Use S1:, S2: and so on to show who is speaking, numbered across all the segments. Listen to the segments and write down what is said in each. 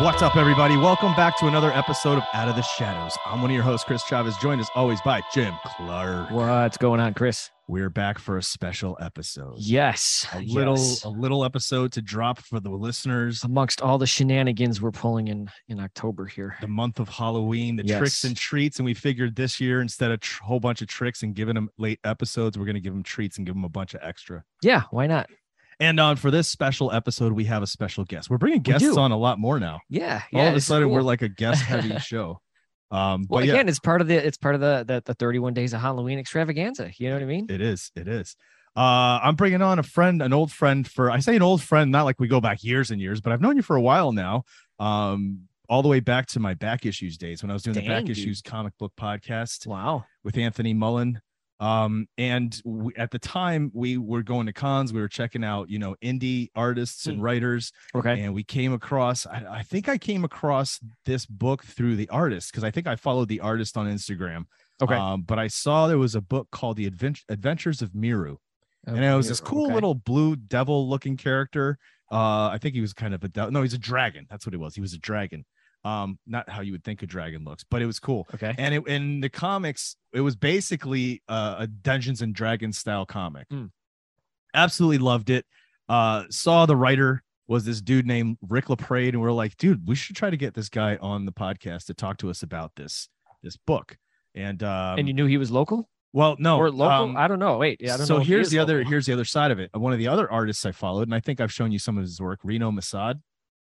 S1: What's up, everybody? Welcome back to another episode of Out of the Shadows. I'm one of your hosts, Chris Chavez, joined as always by Jim Clark.
S2: What's going on, Chris?
S1: We're back for a special episode.
S2: Yes,
S1: A little
S2: yes.
S1: a little episode to drop for the listeners.
S2: amongst all the shenanigans we're pulling in in October here.
S1: The month of Halloween, the
S2: Yes.
S1: tricks and treats. And we figured this year, instead of a tr- whole bunch of tricks and giving them late episodes, we're going to give them treats and give them a bunch of extra.
S2: Yeah, why not?
S1: And on for this special episode, we have a special guest. We're bringing guests
S2: do.
S1: on a lot more now.
S2: Yeah,
S1: All
S2: yeah,
S1: of a
S2: it's
S1: sudden, we're
S2: cool.
S1: like a guest heavy show. Um,
S2: well,
S1: but yeah,
S2: again, it's part of the it's part of the, the the 31 days of Halloween extravaganza. You know what I mean?
S1: It is. It is. Uh, I'm bringing on a friend, an old friend for, I say an old friend, not like we go back years and years, but I've known you for a while now. Um, all the way back to my back issues days when I was doing the back
S2: Dang, dude.
S1: issues comic book podcast
S2: Wow.
S1: with Anthony Mullen. Um, and we, at the time we were going to cons, we were checking out, you know, indie artists and
S2: Hmm.
S1: writers
S2: Okay.
S1: and we came across I, I think i came across this book through the artist because i think i followed the artist on instagram
S2: Okay.
S1: um, but i saw there was a book called the Advent- adventures of miru and it was this
S2: Oh, Okay.
S1: cool little blue devil looking character uh i think he was kind of a de- no he's a dragon that's what it was he was a dragon um not how you would think a dragon looks but it was cool
S2: Okay.
S1: and it, in the comics it was basically uh, a dungeons and dragons style comic
S2: Mm.
S1: absolutely loved it uh saw the writer was this dude named rick laprade and we are like dude we should try to get this guy on the podcast to talk to us about this this book and um
S2: and you knew he was local
S1: well no
S2: or local?
S1: um,
S2: I don't know. Wait, yeah, I don't
S1: so
S2: know. if he
S1: here's
S2: is
S1: the other
S2: local.
S1: here's the other side of it one of the other artists i followed and i think i've shown you some of his work reno masad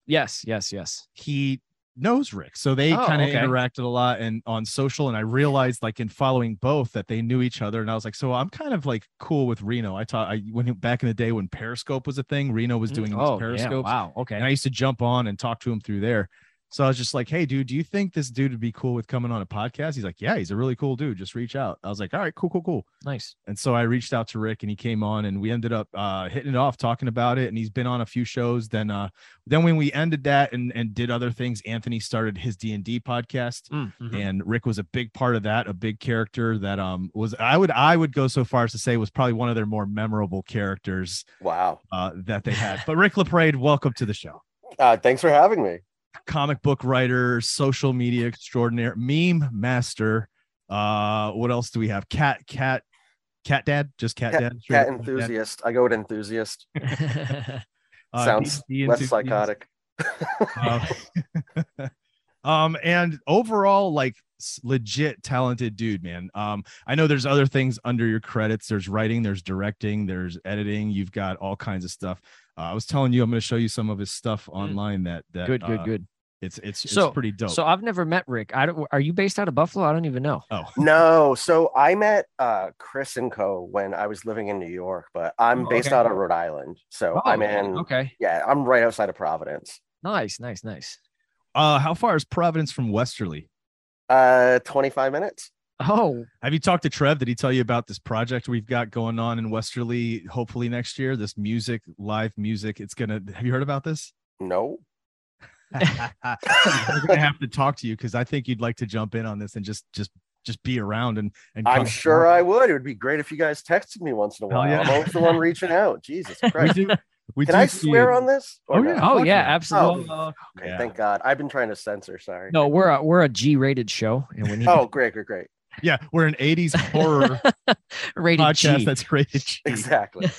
S2: Yes, yes, yes.
S1: he knows Rick. So they
S2: Oh,
S1: kind of
S2: okay.
S1: interacted a lot and on social. And I realized like in following both that they knew each other. And I was like, so I'm kind of like cool with Reno. I taught I when back in the day when Periscope was a thing, Reno was
S2: Mm,
S1: doing
S2: oh,
S1: these Periscopes.
S2: Yeah, wow. Okay.
S1: And I used to jump on and talk to him through there. So I was just like, hey, dude, do you think this dude would be cool with coming on a podcast? He's like, yeah, he's a really cool dude. Just reach out. I was like, all right, cool, cool, cool.
S2: nice.
S1: And so I reached out to Rick and he came on and we ended up uh, hitting it off talking about it. And he's been on a few shows. Then uh, then when we ended that and, and did other things, Anthony started his D and D podcast.
S2: Mm, mhm.
S1: And Rick was a big part of that, a big character that um was I would I would go so far as to say was probably one of their more memorable characters
S3: Wow.
S1: uh, that they had. But Rick LaPrade, welcome to the show.
S3: Uh, thanks for having me.
S1: Comic book writer, social media extraordinaire, meme master. Uh, what else do we have? Cat, cat, cat dad, just cat,
S3: Cat-
S1: dad. Straight
S3: Cat
S1: up cat dad.
S3: enthusiast. I go with enthusiast.
S1: Uh,
S3: Sounds
S1: D&D
S3: Less
S1: enthusiast.
S3: psychotic.
S1: Um, um, and overall, like s- legit talented dude, man. Um, I know there's other things under your credits. There's writing, there's directing, there's editing. You've got all kinds of stuff. Uh, I was telling you, I'm going to show you some of his stuff online. That that
S2: Mm. Good, good,
S1: uh,
S2: good.
S1: It's it's it's
S2: So-
S1: pretty dope.
S2: So I've never met Rick. I don't are you based out of Buffalo? I don't even know.
S1: oh,
S3: No, so I met uh, Chris and Co. when I was living in New York, but I'm
S2: Oh,
S3: based
S2: okay.
S3: out of Rhode Island. So Oh,
S1: Oh,
S3: I'm in,
S2: Oh, Okay.
S3: yeah, I'm right outside of Providence.
S2: Nice, nice, nice.
S1: uh, how far is Providence from Westerly?
S3: Uh, 25 minutes.
S2: Oh,
S1: Have you talked to Trev? Did he tell you about this project we've got going on in Westerly? Hopefully next year, this music, live music. It's gonna. Have you heard about this?
S3: No.
S1: I'm gonna have to talk to you because I think you'd like to jump in on this and just just just be around and and.
S3: I'm
S1: comment.
S3: sure I would. It would be great if you guys texted me once in a
S1: Hell
S3: while.
S1: yeah.
S3: I'm always the one reaching out. Jesus
S1: We
S3: Christ.
S1: do. We
S3: Can
S1: do
S3: I
S1: see
S3: swear
S1: it.
S3: on this?
S1: Oh,
S3: no?
S1: yeah.
S2: oh
S1: fuck
S2: yeah,
S1: yeah.
S2: absolutely.
S3: Oh, okay.
S1: Yeah.
S3: Thank God. I've been trying to censor. Sorry.
S2: No, we're a we're a G-rated show, and we need
S3: Oh, great, great, great.
S1: Yeah, we're an '80s horror
S2: rated
S1: podcast
S2: G.
S1: that's rated G.
S3: Exactly.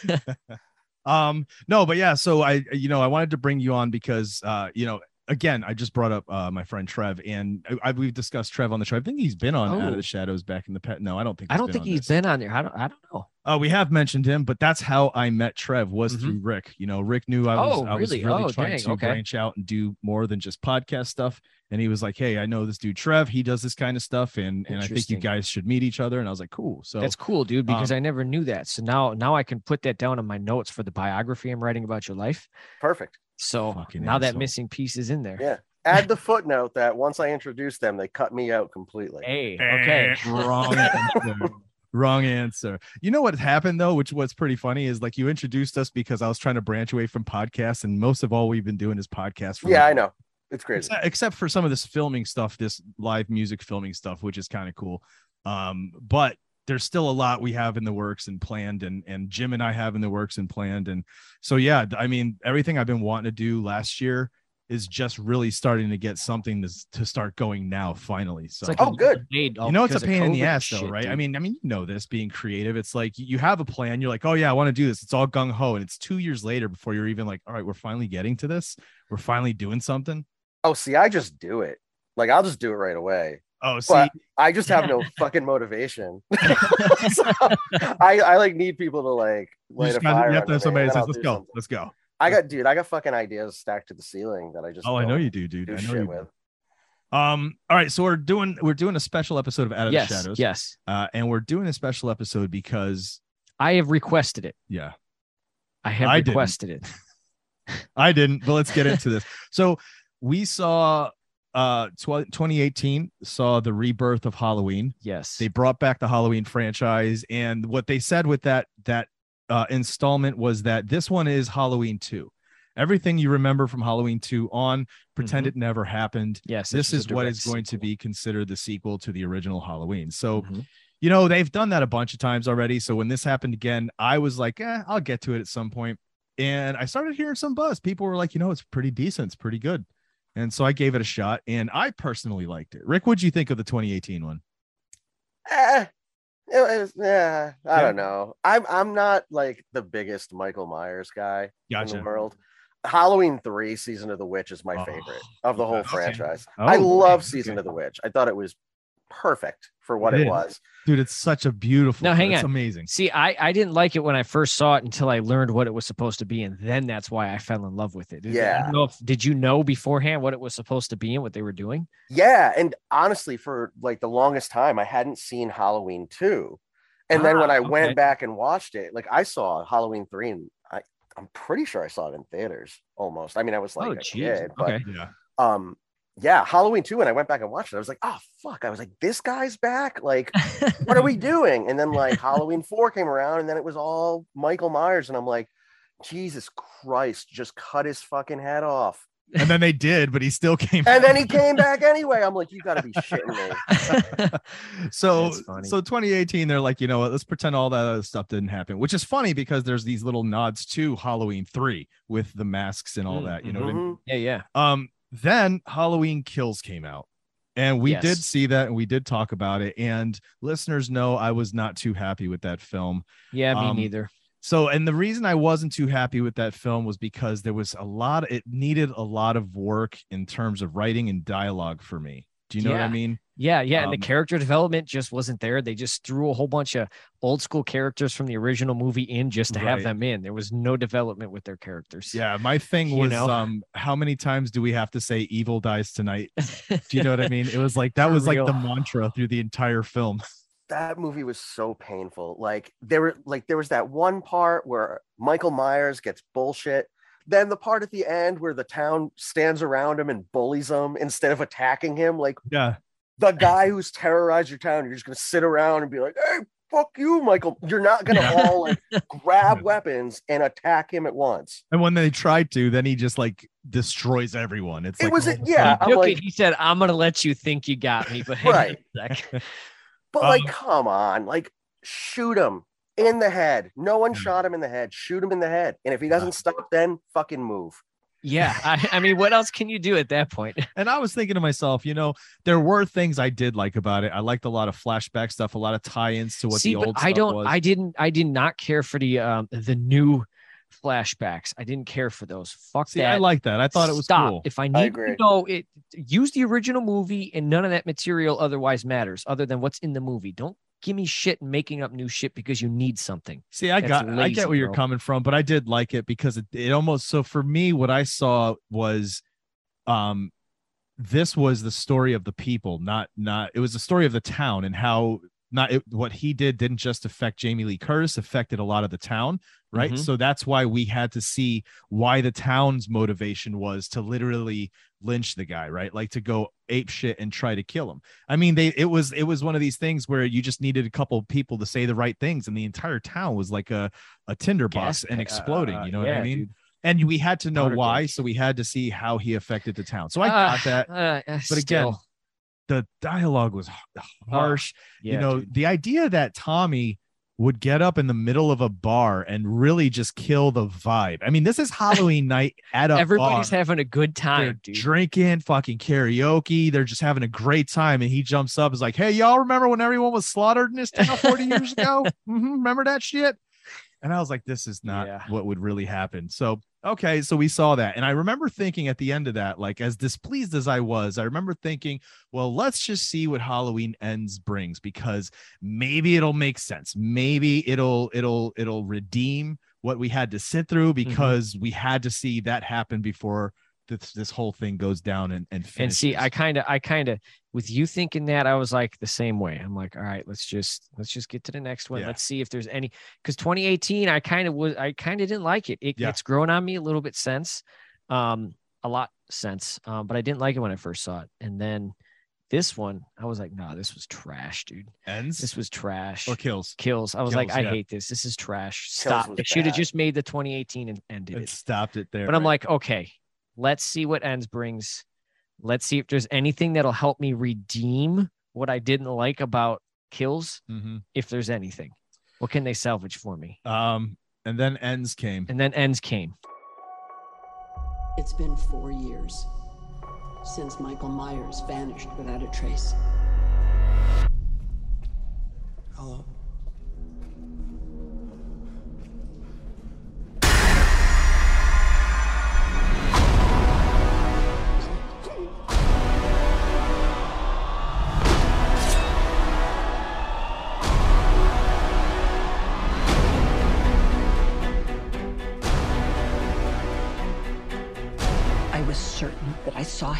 S1: Um, no, but yeah. So I, you know, I wanted to bring you on because, uh, you know, again, I just brought up uh, my friend Trev, and uh, I, I we've discussed Trev on the show. I think he's been on Out
S2: Oh.
S1: of the Shadows back in the pet. No, I don't think.
S2: I don't
S1: been
S2: think
S1: on
S2: he's
S1: this.
S2: been on there. I don't I don't know.
S1: Uh, we have mentioned him, but that's how I met Trev was
S4: Mhm.
S1: through Rick. You know, Rick knew I was
S2: Mm-hmm. Oh,
S1: I was
S2: really?
S1: really
S2: Oh,
S1: trying
S2: dang,
S1: to
S2: okay.
S1: branch out and do more than just podcast stuff. And he was like, "Hey, I know this dude Trev. He does this kind of stuff, and and I think you
S2: Interesting.
S1: guys should meet each other." And I was like, "Cool." So
S2: That's cool, dude, because
S1: um,
S2: I never knew that. So now now I can put that down in my notes for the biography I'm writing about your life.
S3: Perfect.
S2: So
S1: Fucking
S2: now that
S1: asshole.
S2: missing piece is in there.
S3: Yeah. Add the footnote that once I introduced them, they cut me out completely.
S2: Hey, okay.
S1: Eh, wrong answer. Wrong answer. You know what happened though, which was pretty funny, is like you introduced us because I was trying to branch away from podcasts, and most of all we've been doing is podcasts. for
S3: Yeah,
S1: like
S3: I know. It's crazy.
S1: except, except for some of this filming stuff, this live music filming stuff, which is kind of cool. Um, but there's still a lot we have in the works and planned, and and Jim and I have in the works and planned, and so yeah, th- I mean everything I've been wanting to do last year is just really starting to get something to, s- to start going now finally. So
S2: It's like
S3: Oh,
S2: a
S3: good.
S2: delayed- oh,
S1: you know it's a
S2: because of
S1: pain in the
S2: COVID
S1: ass though
S2: shit,
S1: right i
S2: dude.
S1: mean i mean you know this being creative it's like you- you have a plan you're like oh yeah i want to do this it's all gung-ho and it's two years later before you're even like all right we're finally getting to this we're finally doing something
S3: Oh, see, I just do it. Like I'll just do it right away.
S1: oh see
S3: But I just have no fucking motivation. So, I, I like need people to like
S1: you,
S3: light
S1: just
S3: a
S1: gotta-
S3: fire.
S1: you have
S3: under
S1: to
S3: me, and
S1: have somebody
S3: then
S1: that says
S3: I'll
S1: let's
S3: do
S1: go
S3: something.
S1: let's go
S3: I got dude, I got fucking ideas stacked to the ceiling that I just
S1: oh i know
S3: don't
S1: you do dude
S3: do
S1: i know
S3: shit
S1: you
S3: with.
S1: do. um all right so we're doing we're doing a special episode of out of
S2: yes,
S1: the shadows
S2: yes.
S1: uh and we're doing a special episode because
S2: I have requested it.
S1: yeah
S2: I have
S1: I didn't.
S2: requested it.
S1: I didn't, but let's get into this. So we saw uh tw- 2018 saw the rebirth of Halloween.
S2: Yes.
S1: They brought back the Halloween franchise and what they said with that that uh installment was that this one is Halloween 2. Everything you remember from Halloween 2 on pretend it never happened.
S2: yes.
S1: This
S2: was
S1: is
S2: a
S1: what
S2: direct
S1: is going to
S2: sequel.
S1: be considered the sequel to the original Halloween. So
S2: Mhm.
S1: you know they've done that a bunch of times already so when this happened again i was like eh, i'll get to it at some point and i started hearing some buzz people were like you know it's pretty decent it's pretty good and so i gave it a shot and i personally liked it rick what'd you think of the 2018 one
S3: Eh, it was, yeah, I
S1: Yeah.
S3: don't know. I'm I'm not like the biggest Michael Myers guy in
S1: gotcha
S3: the world. Halloween three, Season of the Witch is my
S1: Oh,
S3: favorite of the whole
S1: okay.
S3: franchise.
S1: Oh,
S3: I love
S1: okay.
S3: Season of the Witch. I thought it was perfect for what
S1: It
S3: it,
S1: is.
S3: was.
S1: dude it's such a beautiful
S2: Now, hang
S1: it's
S2: on.
S1: amazing
S2: See, I, I didn't like it when I first saw it until I learned what it was supposed to be, and then that's why I fell in love with it. Is- I
S3: Yeah.
S2: don't know if- did you know beforehand what it was supposed to be and what they were doing?
S3: Yeah, and honestly, for like the longest time, I hadn't seen Halloween two, and then when
S2: Ah,
S3: I
S2: okay.
S3: went back and watched it, like I saw Halloween three, and I I'm pretty sure I saw it in theaters almost. I mean, I was like
S2: oh,
S3: a
S2: jeez.
S3: kid, but
S2: Okay.
S1: yeah
S3: um yeah halloween 2 and i went back and watched it i was like oh fuck i was like this guy's back like what are we doing and then like halloween 4 came around and then it was all michael myers and i'm like jesus christ just cut his fucking head off
S1: and then they did but he still came
S3: and then he came back anyway i'm like you gotta be shitting me
S1: so
S2: That's funny.
S1: so 2018 they're like you know what let's pretend all that other stuff didn't happen which is funny because there's these little nods to halloween 3 with the masks and all
S2: Mm, mm-hmm.
S1: that you know what I mean?
S3: Mhm.
S2: yeah, yeah.
S1: Um, then Halloween Kills came out, and we did
S2: Yes.
S1: see that, and we did talk about it. And listeners know I was not too happy with that film.
S2: Yeah, me
S1: Um,
S2: neither.
S1: So, and the reason I wasn't too happy with that film was because there was a lot. It needed a lot of work in terms of writing and dialogue for me. Do you know what I
S2: Yeah.
S1: mean?
S2: Yeah, yeah. and the
S1: um,
S2: character development just wasn't there. They just threw a whole bunch of old school characters from the original movie in just to have
S1: Right.
S2: them in. There was no development with their characters.
S1: Yeah, my thing
S2: You
S1: was
S2: know?
S1: um, how many times do we have to say "evil dies tonight"? Do you know what I mean? It was like that
S2: For
S1: was
S2: real.
S1: like the mantra through the entire film.
S3: that movie was so painful like there were like there was that one part where michael myers gets bullshit then the part at the end where the town stands around him and bullies him instead of attacking him like
S1: Yeah,
S3: the guy who's terrorized your town, you're just gonna sit around and be like, hey, fuck you, Michael. You're not gonna
S1: Yeah.
S3: all like grab
S1: Yeah.
S3: weapons and attack him at once.
S1: and when they tried to, then he just like destroys everyone. It's
S3: It
S1: like, oh
S3: was
S1: all
S3: a-
S1: of a
S3: yeah,
S1: sudden-
S3: I'm
S2: Took
S3: like-
S2: it. He said, I'm gonna let you think you got me, but hang on a sec.
S3: But
S1: Um,
S3: like, come on, like shoot him in the head. No one
S1: Yeah.
S3: shot him in the head. Shoot him in the head. And if he doesn't stop, then fucking move.
S2: Yeah, I, I mean, what else can you do at that point?
S1: And I was thinking to myself, you know, there were things I did like about it. I liked a lot of flashback stuff, a lot of tie-ins to what
S2: See,
S1: the old
S2: but
S1: stuff
S2: I don't,
S1: was.
S2: I didn't, I did not care for the um the new flashbacks. I didn't care for those. Fuck
S1: See,
S2: that.
S1: I like that. I thought it was
S2: Stop.
S1: cool.
S2: If I need
S3: agree.
S2: to know it, use the original movie, and none of that material otherwise matters, other than what's in the movie. Don't give me shit and making up new shit because you need something.
S1: See, I
S2: That's
S1: got, I
S2: lazy,
S1: get where you're
S2: bro.
S1: coming from, but I did like it because it, it almost. So for me, what I saw was, um, this was the story of the people, not not. It was the story of the town and how not it, what he did didn't just affect Jamie Lee Curtis, affected a lot of the town, right?
S2: Mhm.
S1: So that's why we had to see why the town's motivation was to literally lynch the guy, right? Like to go ape shit and try to kill him. I mean, they it was it was one of these things where you just needed a couple people to say the right things, and the entire town was like a a tinderbox
S2: Gas-
S1: and exploding.
S2: uh,
S1: you know what
S2: yeah,
S1: I mean?
S2: dude.
S1: And we had to know
S2: Powder
S1: why,
S2: keg.
S1: so we had to see how he affected the town. So I
S2: Ah,
S1: got that.
S2: uh, uh,
S1: But again,
S2: still.
S1: The dialogue was h- harsh.
S2: Ah, Yeah,
S1: you know,
S2: dude.
S1: the idea that Tommy would get up in the middle of a bar and really just kill the vibe. I mean, this is Halloween night at a bar.
S2: everybody's having a good time,
S1: uh, They're
S2: dude.
S1: drinking, fucking karaoke. They're just having a great time. And he jumps up, is like, "Hey, y'all remember when everyone was slaughtered in this town 40 years ago? hmm remember that shit?" And I was like, "This is not
S2: Yeah.
S1: what would really happen." So okay, so we saw that, and I remember thinking at the end of that, like as displeased as I was, I remember thinking, "Well, let's just see what Halloween ends brings because maybe it'll make sense. Maybe it'll it'll it'll redeem." What we had to sit through
S2: Mm-hmm.
S1: because we had to see that happen before this this whole thing goes down and and
S2: and
S1: finishes.
S2: see i kind of i kind of with you thinking that i was like the same way i'm like all right let's just let's just get to the next one
S1: Yeah.
S2: let's see if there's any because 2018 i kind of was i kind of didn't like it, it
S1: Yeah.
S2: it's grown on me a little bit since um a lot since um but i didn't like it when i first saw it and then this one i was like nah this was trash dude
S1: ends
S2: this was trash
S1: or kills
S2: kills i was like
S1: Kills,
S2: i
S1: yeah.
S2: hate this this is trash stop
S3: was
S2: it should have
S3: bad.
S2: just made the 2018 and ended
S1: it
S2: it
S1: stopped it there.
S2: but I'm like, okay, let's see what ends brings. Let's see if there's anything that'll help me redeem what I didn't like about kills,
S1: Mhm.
S2: if there's anything. What can they salvage for me?
S1: um, and then ends came.
S2: And then ends came.
S4: It's been four years since Michael Myers vanished without a trace.
S5: Hello.
S4: I was certain that I saw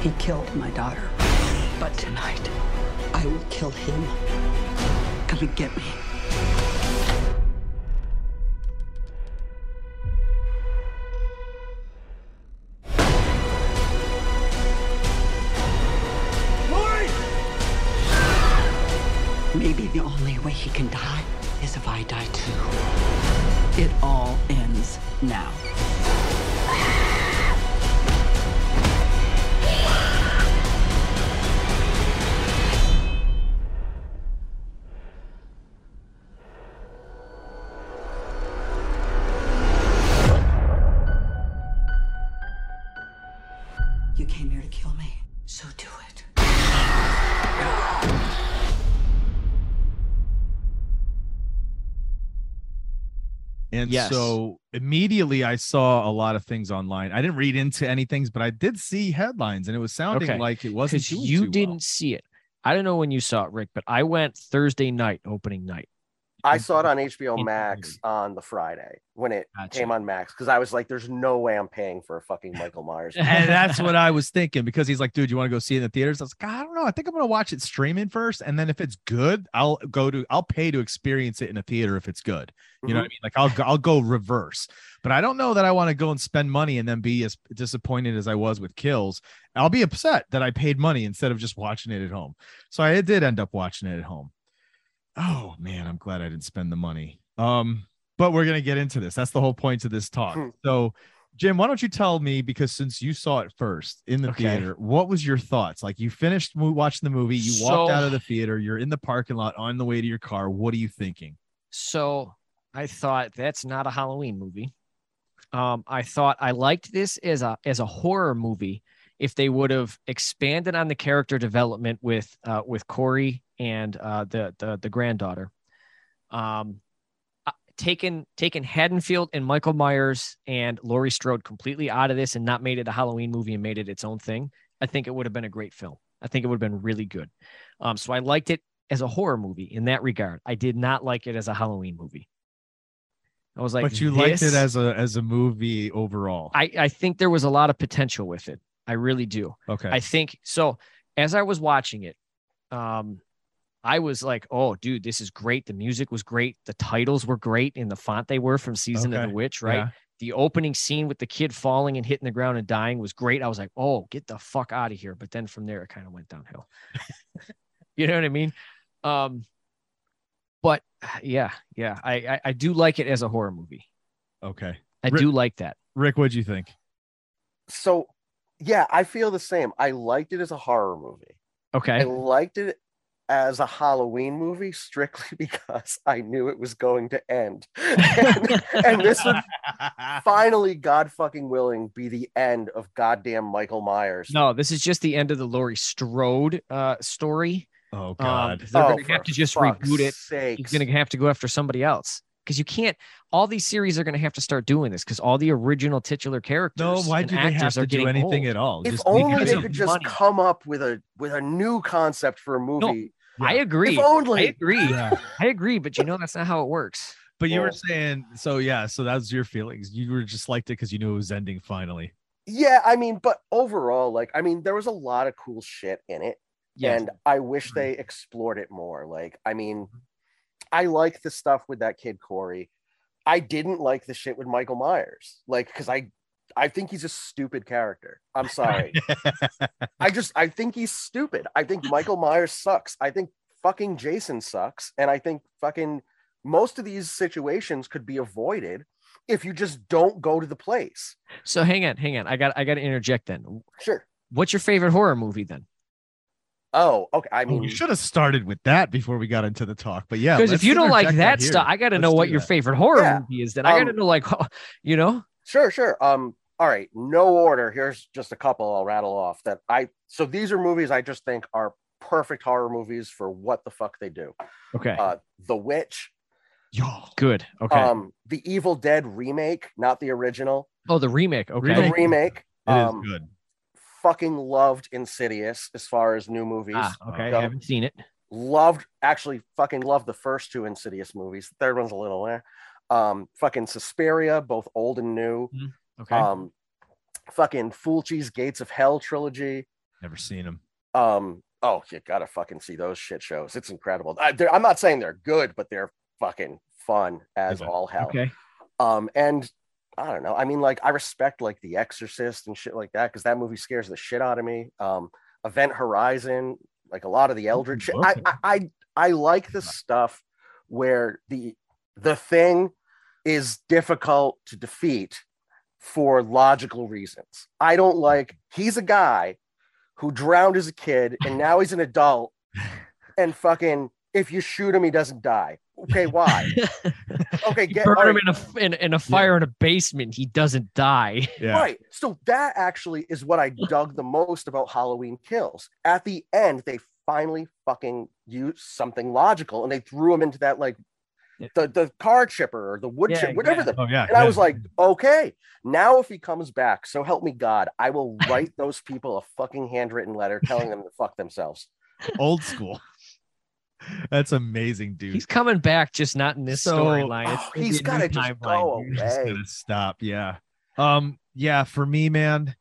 S4: He killed my daughter. But tonight, I will kill him. Come and get me. Maybe the only way he can die is if I die too. It all ends now. You came here to kill me, so do it.
S1: And
S2: Yes.
S1: so immediately I saw a lot of things online. I didn't read into any things, but I did see headlines, and it was sounding
S2: Okay.
S1: like it wasn't.
S2: Because
S1: doing
S2: you
S1: too well.
S2: didn't see it. I don't know when you saw it, Rick, but I went Thursday night, opening night.
S3: I saw it on HBO
S2: In-
S3: Max on the Friday when it
S2: Gotcha.
S3: came on Max because I was like, "There's no way I'm paying for a fucking Michael Myers." movie."
S1: and that's what I was thinking because he's like, dude, you want to go see it in the theaters? I was like, I don't know. I think I'm gonna watch it streaming first, and then if it's good, I'll go to. I'll pay to experience it in a theater if it's good. You know what I mean? Like I'll go, I'll go reverse, but I don't know that I want to go and spend money and then be as disappointed as I was with Kills. I'll be upset that I paid money instead of just watching it at home. So I did end up watching it at home. Oh man, I'm glad I didn't spend the money. Um, but we're gonna get into this. That's the whole point of this talk.
S3: Hmm.
S1: So, Jim, why don't you tell me because since you saw it first in the
S2: Okay.
S1: theater, what was your thoughts? Like you finished mo- watching the movie, you walked
S2: So-
S1: out of the theater, you're in the parking lot on the way to your car. What are you thinking?
S2: So I thought that's not a Halloween movie. Um, I thought I liked this as a as a horror movie. If they would have expanded on the character development with uh, with Corey and uh, the the the granddaughter, um, uh, taken taken Haddonfield and Michael Myers and Laurie Strode completely out of this and not made it a Halloween movie and made it its own thing, I think it would have been a great film. I think it would have been really good. Um, so I liked it as a horror movie in that regard. I did not like it as a Halloween movie. I was like,
S1: but you liked
S2: "This-
S1: it as a as a movie overall.
S2: I, I think there was a lot of potential with it. I really do.
S1: okay.
S2: I think so. As I was watching it, um, I was like, "Oh, dude, this is great. The music was great. The titles were great, and the font they were from Season of
S1: Okay.
S2: the Witch, right?
S1: Yeah.
S2: The opening scene with the kid falling and hitting the ground and dying was great. I was like, "Oh, get the fuck out of here!" But then from there, it kind of went downhill. you know what I mean? Um, but yeah, yeah, I, I I do like it as a horror movie.
S1: Okay.
S2: I
S1: Ri-
S2: do like that.
S1: Rick, what'd you think?
S3: So, yeah, I feel the same. I liked it as a horror movie. I
S2: Okay,
S3: liked it as a Halloween movie strictly because I knew it was going to end. and, and this would finally, God fucking willing, be the end of goddamn Michael Myers.
S2: no, this is just the end of the Laurie Strode uh, story.
S1: oh
S2: Um,
S1: God.
S2: they're
S3: Oh,
S2: gonna have
S3: for
S2: to just
S3: fuck's
S2: reboot it.
S3: sakes.
S2: He's gonna have to go after somebody else because you can't. All these series are gonna have to start doing this because all the original titular characters.
S1: no, why
S2: and
S1: do they
S2: actors
S1: have to
S2: are
S1: do
S2: getting
S1: anything
S2: old.
S1: at all?
S3: If
S1: leave
S3: only
S1: it
S3: they
S1: alone.
S2: of
S3: could just
S2: money.
S3: come up with a with a new concept for a movie.
S2: I agree.
S3: if only.
S2: I agree.
S1: Yeah.
S2: I agree. But you know that's not how it works.
S1: But you were
S3: Well-
S1: saying so, yeah. So that was your feelings. You were just liked it because you knew it was ending finally.
S3: Yeah, I mean, but overall, like, I mean, there was a lot of cool shit in it.
S2: Yeah.
S3: and I wish they explored it more. Like, I mean, I like the stuff with that kid Corey. I didn't like the shit with Michael Myers, like, because I, I think he's a stupid character. I'm sorry. I just, I think he's stupid. I think Michael Myers sucks. I think fucking Jason sucks, and I think fucking most of these situations could be avoided if you just don't go to the place.
S2: so hang on, hang on. I got. I got to interject then.
S3: Sure.
S2: What's your favorite horror movie then?
S3: Oh, okay. I
S1: You
S3: mean,
S1: should have started with that before we got into the talk. But yeah,
S2: Because if
S1: let's
S2: you don't like that,
S1: interject right here.
S2: stuff, I got to
S1: Let's
S2: know
S1: do
S2: what your
S1: that.
S2: favorite horror
S3: Yeah.
S2: movie is. Then I got to
S3: Um,
S2: know, like, you know.
S3: Sure, sure. Um, all right, no order. Here's just a couple I'll rattle off that I so these are movies I just think are perfect horror movies for what the fuck they do.
S2: Okay.
S3: Uh The Witch,
S1: Y'all.
S2: Good. Okay.
S3: um, the Evil Dead remake, not the original,
S2: oh, the remake. Okay.
S3: the
S1: Remake.
S3: remake.
S1: It is
S3: Um
S1: good.
S3: fucking loved Insidious as far as new movies.
S2: Ah, okay.
S3: Go.
S2: haven't seen it.
S3: Loved actually fucking loved the first two Insidious movies. The third one's a little there. Um fucking Suspiria, both old and new.
S2: Okay.
S3: Um fucking Fulci's Gates of Hell trilogy.
S1: Never seen him.
S3: Um, oh, you gotta fucking see those shit shows. It's incredible. I, they're- I'm not saying they're good, but they're fucking fun as
S1: Yeah.
S3: all hell.
S2: okay.
S3: Um, and I don't know. I mean, like, I respect like The Exorcist and shit like that because that movie scares the shit out of me. Um, Event Horizon, like a lot of the Eldritch. shit. I,
S1: okay.
S3: I, I, I like the stuff where the the thing is difficult to defeat for logical reasons. I don't like he's a guy who drowned as a kid and now he's an adult and fucking if you shoot him he doesn't die. Okay, why? Okay,
S2: You
S3: get
S2: burn
S3: all
S2: him
S3: right.
S2: in a f- in, in a fire in a basement. He doesn't die.
S1: Yeah.
S3: Right. So that actually is what I dug the most about Halloween Kills. At the end, they finally fucking used something logical and they threw him into that like
S2: Yeah.
S3: the, the car chipper or the wood
S2: Yeah,
S3: chip, whatever the
S1: Oh yeah.
S3: and I
S1: yeah.
S3: was like, okay, now if he comes back, so help me God, I will write those people a fucking handwritten letter telling them to fuck themselves.
S1: old school. That's amazing, dude.
S2: He's coming back, just not in this
S1: So-
S2: storyline. It's gonna
S3: Oh,
S2: be
S3: he's
S2: a new
S3: gotta just go
S2: timeline, dude.
S1: just
S3: away.
S1: gonna stop. Yeah. Um, yeah, for me, man,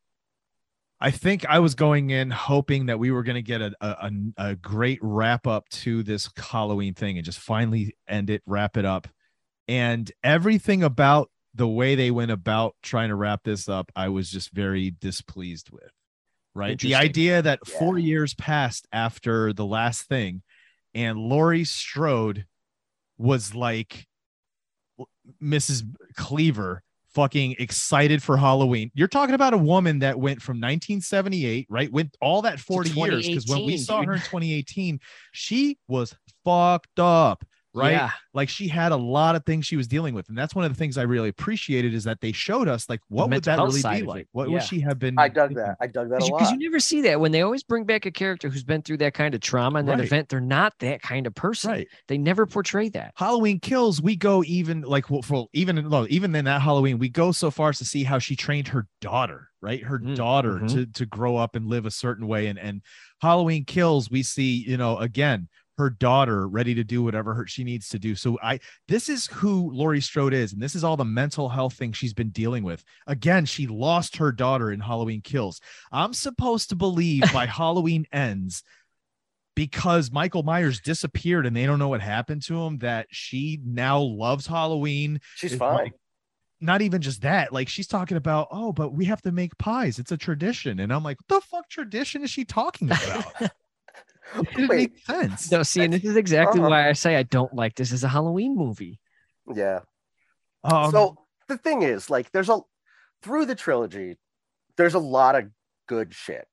S1: I think I was going in hoping that we were gonna get a a, a, a great wrap up to this Halloween thing and just finally end it, wrap it up. And everything about the way they went about trying to wrap this up, I was just very displeased with. Right. The
S2: Interesting.
S1: idea that
S3: Yeah.
S1: four years passed after the last thing and Laurie Strode was like Mrs. Cleaver fucking excited for Halloween. You're talking about a woman that went from 1978, right? Went all that 40 years because when we
S2: 2018,
S1: saw her
S2: dude.
S1: in 2018, she was fucked up, right?
S2: Yeah.
S1: Like she had a lot of things she was dealing with, and that's one of the things I really appreciated is that they showed us like what would
S2: mental
S1: that
S2: health
S1: really
S2: side
S1: be
S2: of
S1: like?
S2: it.
S1: What
S2: Yeah.
S1: would she have been?
S3: I dug
S1: thinking?
S3: that. I dug that a
S2: Because
S3: lot.
S2: you never see that when they always bring back a character who's been through that kind of trauma and that
S1: Right.
S2: event, they're not that kind of person.
S1: Right.
S2: They never portray that.
S1: Halloween Kills, we go even like well, for even well, even in that Halloween, we go so far as to see how she trained her daughter, right? Her
S2: Mm,
S1: daughter
S2: mhm.
S1: to to grow up and live a certain way. And and Halloween Kills, we see you know again her daughter ready to do whatever her, she needs to do. So I this is who Laurie Strode is, and this is all the mental health thing she's been dealing with. Again, she lost her daughter in Halloween Kills. I'm supposed to believe by Halloween ends because Michael Myers disappeared and they don't know what happened to him that she now loves Halloween.
S3: She's
S1: It's
S3: fine.
S1: like- Not even just that, like she's talking about, oh, but we have to make pies. It's a tradition. And I'm like, what the fuck tradition is she talking about? it didn't
S3: Wait.
S1: make sense.
S2: No, see, and this is exactly
S3: Uh-huh.
S2: why I say I don't like this as a Halloween movie.
S3: Yeah.
S1: Um,
S3: so the thing is, like, there's a through the trilogy, there's a lot of good shit.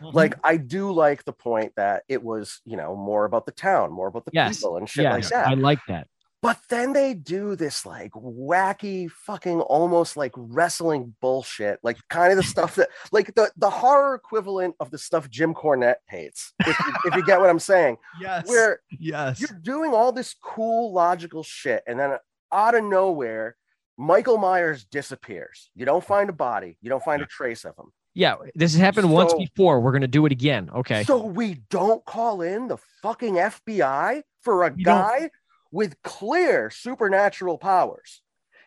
S2: Mm-hmm.
S3: Like, I do like the point that it was, you know, more about the town, more about the
S2: Yes.
S3: people and shit
S2: yeah,
S3: like that.
S2: I like that.
S3: But then they do this like wacky fucking almost like wrestling bullshit, like kind of the stuff that like the, the horror equivalent of the stuff Jim Cornette hates, if you, if you get what I'm saying,
S1: yes,
S3: where
S1: yes,
S3: you're doing all this cool logical shit and then out of nowhere, Michael Myers disappears. You don't find a body, you don't find a trace of him.
S2: Yeah, this has happened once
S3: So-
S2: before. We're gonna do it again. Okay.
S3: So we don't call in the fucking FBI for a
S1: You don't-
S3: guy with clear supernatural powers.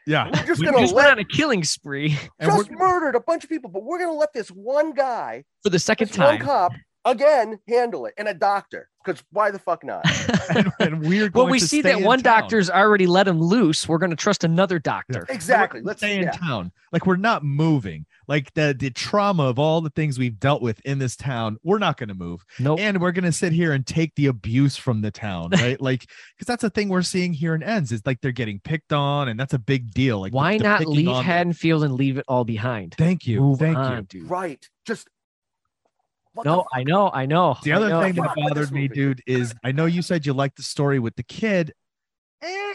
S1: yeah.
S3: We're just
S1: We-
S3: gonna
S2: just
S3: let
S2: went on a killing spree
S1: and we're
S3: just murdered a bunch of people, but we're gonna let this one guy,
S2: for the second
S3: this one
S2: time.
S3: cop, again handle it, and a doctor. Because why the fuck not?
S1: and, and we're
S2: Well,
S1: going
S2: we
S1: to
S2: see
S1: stay
S2: that
S1: in
S2: one
S1: town.
S2: doctor's already let him loose. We're gonna trust another doctor.
S3: exactly. Let's
S1: stay in
S3: yeah.
S1: town. Like we're not moving. Like the the trauma of all the things we've dealt with in this town, we're not going to move.
S2: Nope.
S1: and we're gonna sit here and take the abuse from the town, right? like, because that's the thing we're seeing here in ends is like they're getting picked on, and that's a big deal. Like, the-
S2: Why
S1: the
S2: not
S1: picking
S2: leave
S1: on-
S2: Haddonfield and leave it all behind?
S1: Thank you,
S2: Move
S1: thank
S2: on,
S1: you.
S2: dude.
S3: Right. Just what the
S2: No,
S3: fuck?
S2: I know, I know.
S1: The
S2: I
S1: other
S2: know.
S1: thing that
S3: Fuck with
S1: bothered
S3: this
S1: me,
S3: movie.
S1: dude, is I know you said you liked the story with the kid. Eh,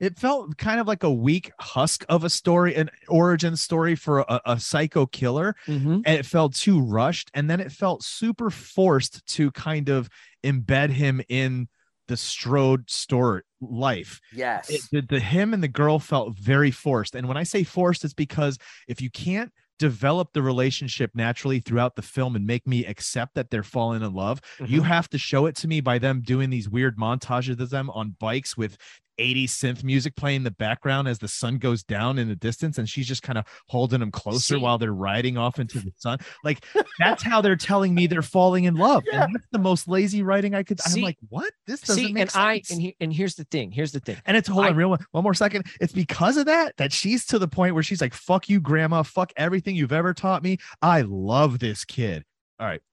S1: it felt kind of like a weak husk of a story, an origin story for a, a psycho killer.
S2: Mhm.
S1: and it felt too rushed and then it felt super forced to kind of embed him in the strode store life
S3: yes.
S1: it, the, the him and the girl felt very forced and when i say forced it's because if you can't develop the relationship naturally throughout the film and make me accept that they're falling in love you
S2: mm-hmm.
S1: have to show it to me by them doing these weird montages of them on bikes with 80 synth music playing in the background as the sun goes down in the distance and she's just kind of holding them closer
S2: See?
S1: while they're riding off into the sun like that's how they're telling me they're falling in love
S3: Yeah.
S1: and that's the most lazy writing i could i'm
S2: See-
S1: like what this doesn't
S2: See,
S1: make
S2: and
S1: sense
S2: I and, he, and here's the thing. Here's the thing.
S1: and it's hold
S2: I-
S1: on real one, one more second. It's because of that that she's to the point where she's like, "Fuck you, grandma. Fuck everything you've ever taught me. I love this kid.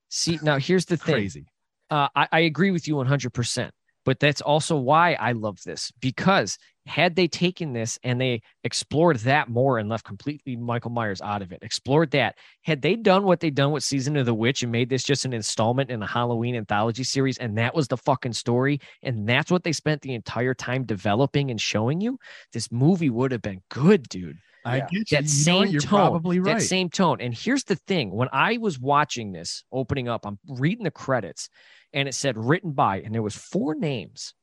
S2: See, now here's the thing.
S1: Crazy.
S2: Uh, I, I agree with you 100%. But that's also why I love this because had they taken this and they explored that more and left completely Michael Myers out of it, explored that, had they done what they done with Season of the Witch and made this just an installment in the Halloween anthology series, and that was the fucking story, and that's what they spent the entire time developing and showing you, this movie would have been good, dude
S1: I
S3: Yeah.
S1: get you.
S2: That
S1: You know what?
S2: same
S1: You're
S2: tone,
S1: probably
S2: that
S1: right.
S2: same tone. And here's the thing: when I was watching this opening up, I'm reading the credits, and it said written by, and there was four names.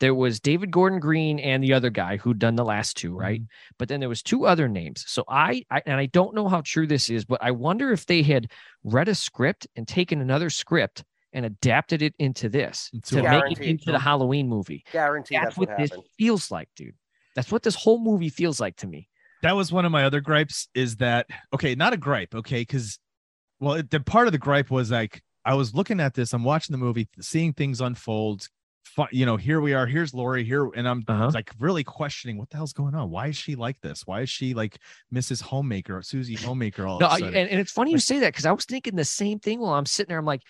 S2: There was David Gordon Green and the other guy who'd done the last two, right?
S1: Mm-hmm.
S2: But then there was two other names. So I, I and I don't know how true this is, but I wonder if they had read a script and taken another script and adapted it into this
S1: Into
S2: to
S1: a
S2: make it
S3: Guaranteed.
S2: into the Halloween movie.
S3: Guarantee
S2: That's,
S3: that's,
S2: what,
S3: what,
S2: this
S3: happened.
S2: feels like, dude. That's what this whole movie feels like to me.
S1: that was one of my other gripes. Is that okay? Not a gripe, okay? Because well, it, the part of the gripe was like I was looking at this. I'm watching the movie, seeing things unfold. Fi- You know, here we are. Here's Lori. Here, and I'm
S2: Uh-huh.
S1: like really questioning what the hell's going on. Why is she like this? Why is she like Mrs. Homemaker or Susie Homemaker? All
S2: No,
S1: of a
S2: I-
S1: sudden?
S2: and, and it's funny you
S1: Like-
S2: say that because I was thinking the same thing while I'm sitting there. I'm like,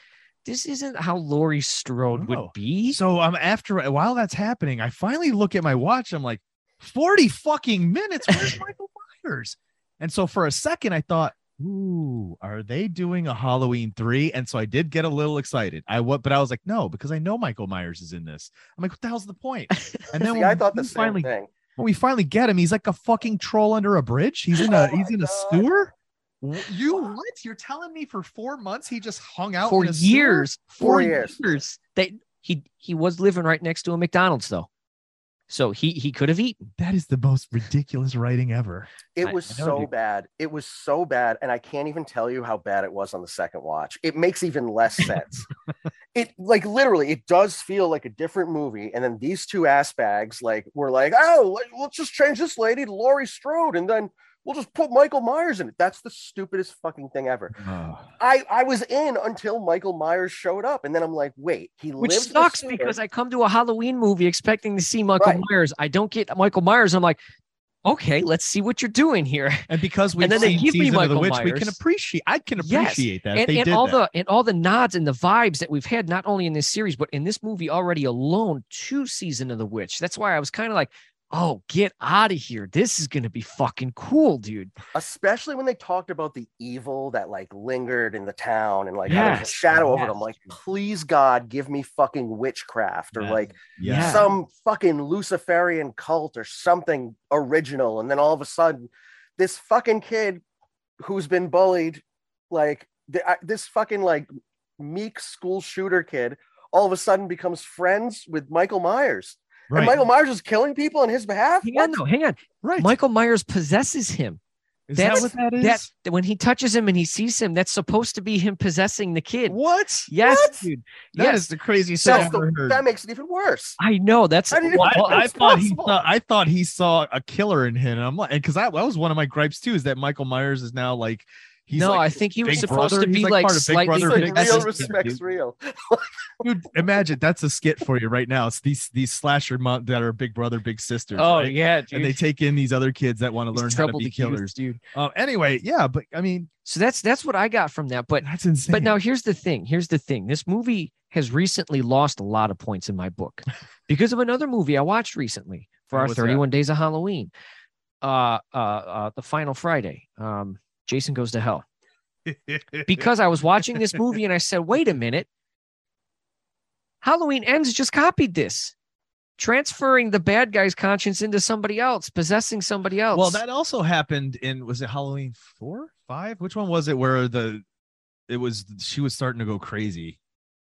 S2: this isn't how Laurie Strode
S1: No.
S2: would be.
S1: So I'm after while that's happening, I finally look at my watch. I'm like, 40 fucking minutes. Where's Michael Myers? And so for a second, I thought, ooh, are they doing a Halloween three? And so I did get a little excited. I what, but I was like, no, because I know Michael Myers is in this. I'm like, what the hell's the point? And then
S3: See,
S1: when
S3: I thought
S1: we
S3: the same
S1: finally
S3: thing.
S1: when we finally get him, he's like a fucking troll under a bridge. He's in a
S3: Oh my
S1: he's in a
S3: God.
S1: sewer. Wh- You what? You're telling me for four months he just hung out
S2: for
S1: in a sewer?
S2: years,
S3: Four
S2: for
S3: years.
S2: years. They he he was living right next to a McDonald's though, so he he could have eaten.
S1: That is the most ridiculous writing ever.
S3: It
S2: I-
S3: was
S2: I know,
S3: so
S2: dude.
S3: bad. It was so bad. And I can't even tell you how bad it was on the second watch. It makes even less sense. it like literally, it does feel like a different movie. And then these two ass bags like were like, oh, let- let's just change this lady to Laurie Strode, and then we'll just put Michael Myers in it. That's the stupidest fucking thing ever. I I was in until Michael Myers showed up, and then I'm like, wait, he
S2: Which
S3: lives in a
S2: sucks
S3: sewer?
S2: because I come to a Halloween movie expecting to see Michael
S3: Right.
S2: Myers. I don't get Michael Myers. I'm like, okay, let's see what you're doing here.
S1: And because we've
S2: And then they
S1: seen
S2: give me
S1: season of the
S2: Michael
S1: witch, we can
S2: Myers.
S1: appreciate. I can
S2: Yes.
S1: appreciate that. if
S2: And,
S1: they
S2: and
S1: did
S2: all
S1: that.
S2: the and all the nods and the vibes that we've had not only in this series but in this movie already alone to season of the witch. That's why I was kind of like, oh, get out of here. This is gonna be fucking cool, dude.
S3: especially when they talked about the evil that like lingered in the town and like had a
S2: Yes,
S3: shadow over
S2: yes.
S3: it. I'm like, please God, give me fucking witchcraft or
S1: Yes.
S3: like
S1: yeah.
S3: some fucking Luciferian cult or something original. And then all of a sudden, this fucking kid who's been bullied, like th- I- this fucking like meek school shooter kid, all of a sudden becomes friends with Michael Myers.
S1: right.
S3: And Michael Myers is killing people on his behalf.
S2: Hang
S3: What?
S2: on, though, hang on.
S1: right.
S2: Michael Myers possesses him.
S1: is that
S2: that's-
S1: what that is?
S2: That when he touches him and he sees him, that's supposed to be him possessing the kid.
S1: what?
S2: Yes,
S3: What?
S2: dude.
S1: That is
S2: yes,
S1: the craziest thing
S3: That's
S1: I've ever
S3: the-
S1: heard.
S3: that makes it even worse.
S2: I know. That's
S3: I didn't even
S1: Well, I,
S3: know
S1: I
S3: it's
S1: thought he
S3: possible.
S1: saw, I thought he saw a killer in him. And I'm like, because that, that was one of my gripes too, is that Michael Myers is now like he's
S2: no,
S1: like
S2: I think he was
S1: Big
S2: supposed
S1: Brother.
S2: to be
S1: He's like
S2: like,
S1: part of Big
S2: slightly
S1: Brother.
S3: It's like
S1: That's
S3: real
S1: just-
S3: respects real.
S1: Dude, imagine that's a skit for you right now. It's these these slasher mon- that are big brother, big sister.
S2: Oh
S1: right?
S2: yeah, dude.
S1: and they take in these other kids that want to
S2: He's
S1: learn how to
S2: troubled
S1: be
S2: youth,
S1: killers.
S2: dude.
S1: Um, anyway, yeah, but I mean,
S2: So that's that's what I got from that. But
S1: that's insane.
S2: but now here's the thing. Here's the thing. This movie has recently lost a lot of points in my book because of another movie I watched recently for
S1: And
S2: our
S1: what's that?
S2: 31 Days of Halloween. Uh, uh, uh, the final Friday. Um, Jason goes to hell. because I was watching this movie and I said, wait a minute. Halloween Ends just copied this, transferring the bad guy's conscience into somebody else, possessing somebody else.
S1: well, that also happened in was it Halloween four, five? Which one was it? Where the it was she was starting to go crazy.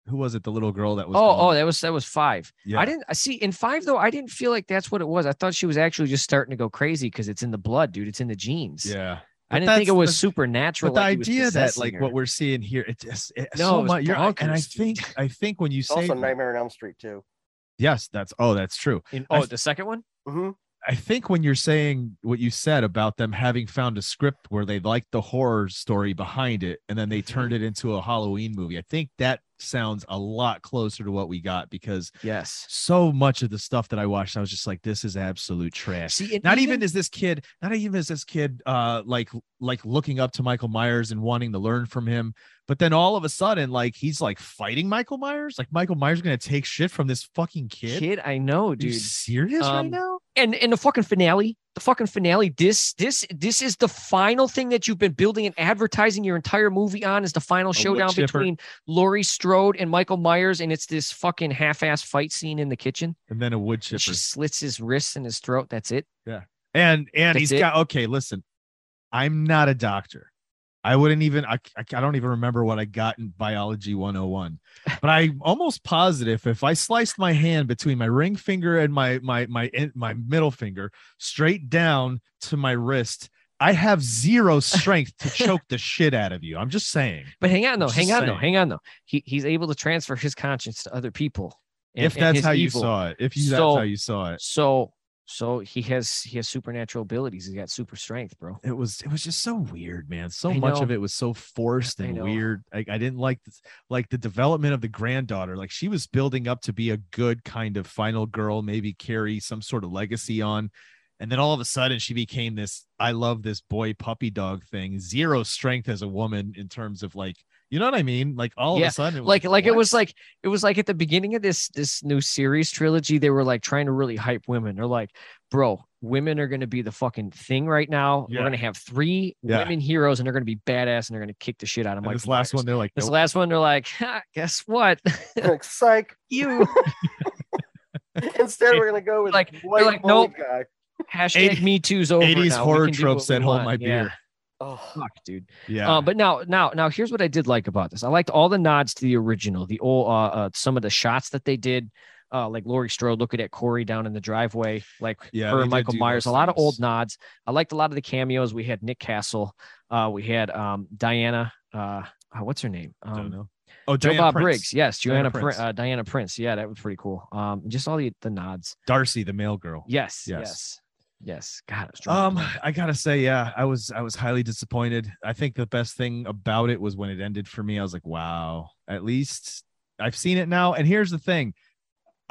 S1: Who was it? The little girl that was.
S2: oh, oh,
S1: going-
S2: that was that was five.
S1: yeah.
S2: I didn't I see in five though. I didn't feel like that's what it was. I thought she was actually just starting to go crazy because it's in the blood, dude. It's in the genes.
S1: Yeah.
S2: I didn't think
S1: that's
S2: it was
S1: the-
S2: supernatural.
S1: But the
S2: like he was
S1: idea that
S2: possessing
S1: like
S2: her.
S1: what we're seeing here, it just it,
S2: No,
S1: so
S2: it was
S1: much. You're, and I
S2: bonkers, dude.
S1: think I think when you
S3: It's
S1: say
S3: also
S1: that-
S3: Nightmare on Elm Street too.
S1: yes, that's oh, that's true.
S2: in,
S1: I
S2: oh
S1: f-
S2: the second one.
S3: Mhm.
S1: I think when you're saying what you said about them having found a script where they liked the horror story behind it and then they turned
S3: Mm-hmm.
S1: it into a Halloween movie, I think that sounds a lot closer to what we got because
S2: Yes.
S1: so much of the stuff that I watched, I was just like, this is absolute trash.
S2: See, and
S1: Not even is this kid, not even is this kid uh like like looking up to Michael Myers and wanting to learn from him, but then all of a sudden, like he's like fighting Michael Myers. Like Michael Myers is gonna take shit from this fucking kid.
S2: kid. I know,
S1: Are you
S2: dude.
S1: serious right
S2: Um,
S1: now?
S2: and and the fucking finale the fucking finale this this this is the final thing that you've been building and advertising your entire movie on is the final showdown
S1: wood chipper.
S2: between Laurie Strode and Michael Myers and it's this fucking half-ass fight scene in the kitchen
S1: And then a wood
S2: and
S1: chipper.
S2: she slits his wrists and his throat that's it
S1: And and
S2: That's
S1: he's
S2: it.
S1: got okay. Listen, I'm not a doctor. I wouldn't even. I, I I don't even remember what I got in biology 101. But I'm almost positive if I sliced my hand between my ring finger and my my my in- my middle finger straight down to my wrist, I have zero strength to choke the shit out of you. I'm just saying.
S2: but hang on though
S1: Just
S2: hang on though
S1: saying.
S2: hang on though he he's able to transfer his conscience to other people and-
S1: if
S2: and
S1: that's
S2: his
S1: how you
S2: evil.
S1: saw it, if you that's
S2: So-
S1: how you saw it,
S2: so so he has he has supernatural abilities he's got super strength bro
S1: it was it was just so weird man so
S2: I
S1: much
S2: know.
S1: of it was so forced
S2: I
S1: and
S2: know.
S1: weird I, I didn't like this like the development of the granddaughter like she was building up to be a good kind of final girl maybe carry some sort of legacy on and then all of a sudden she became this i love this boy puppy dog thing zero strength as a woman in terms of like You know what I mean? Like all
S2: Yeah,
S1: of a sudden, it
S2: like like it
S1: what?
S2: was like it was like at the beginning of this this new series trilogy they were like trying to really hype women they're like bro women are going to be the fucking thing right now
S1: Yeah.
S2: we're going to have three
S1: Yeah.
S2: women heroes and they're going to be badass and they're going to kick the shit out of
S1: And
S2: Michael
S1: this last
S2: Myers.
S1: one. They're like,
S2: this
S1: nope.
S2: last one they're like "Ha, guess what
S3: Like, psych.
S2: you
S3: Instead, we're gonna go with
S2: Like,
S3: like,
S2: they're
S3: white
S2: like,
S3: bald
S2: nope.
S3: guy.
S2: hashtag
S1: Eighty-
S2: me too's over
S1: 80s
S2: now. We
S1: horror
S2: can do
S1: tropes
S2: what we
S1: said, hold
S2: want."
S1: my
S2: Yeah.
S1: beer.
S3: Oh,
S2: fuck dude
S1: Yeah.
S2: Uh, but now, now, now, here's what I did like about this. I liked all the nods to the original, the old, uh, uh some of the shots that they did, uh, like Laurie Strode looking at Corey down in the driveway, like
S1: Yeah,
S2: her
S1: they
S2: and
S1: did
S2: Michael
S1: do
S2: Myers. A
S1: those
S2: lot of old
S1: things.
S2: nods. I liked a lot of the cameos. We had Nick Castle, uh, we had um, Diana, uh, oh, what's her name?
S1: I don't
S2: Um,
S1: know. Oh,
S2: Joe
S1: Diana
S2: Bob
S1: Prince.
S2: Briggs. Yes, Joanna
S1: Diana
S2: Prin-
S1: Prince.
S2: uh, Diana Prince. Yeah, that was pretty cool. Um, just all the the nods.
S1: Darcy, the male girl.
S2: Yes, yes,
S1: Yes.
S2: yes. God, I was drawing a
S1: Um,
S2: blank.
S1: I gotta say, yeah, I was I was highly disappointed. I think the best thing about it was when it ended for me. I was like, wow, at least I've seen it now. And here's the thing.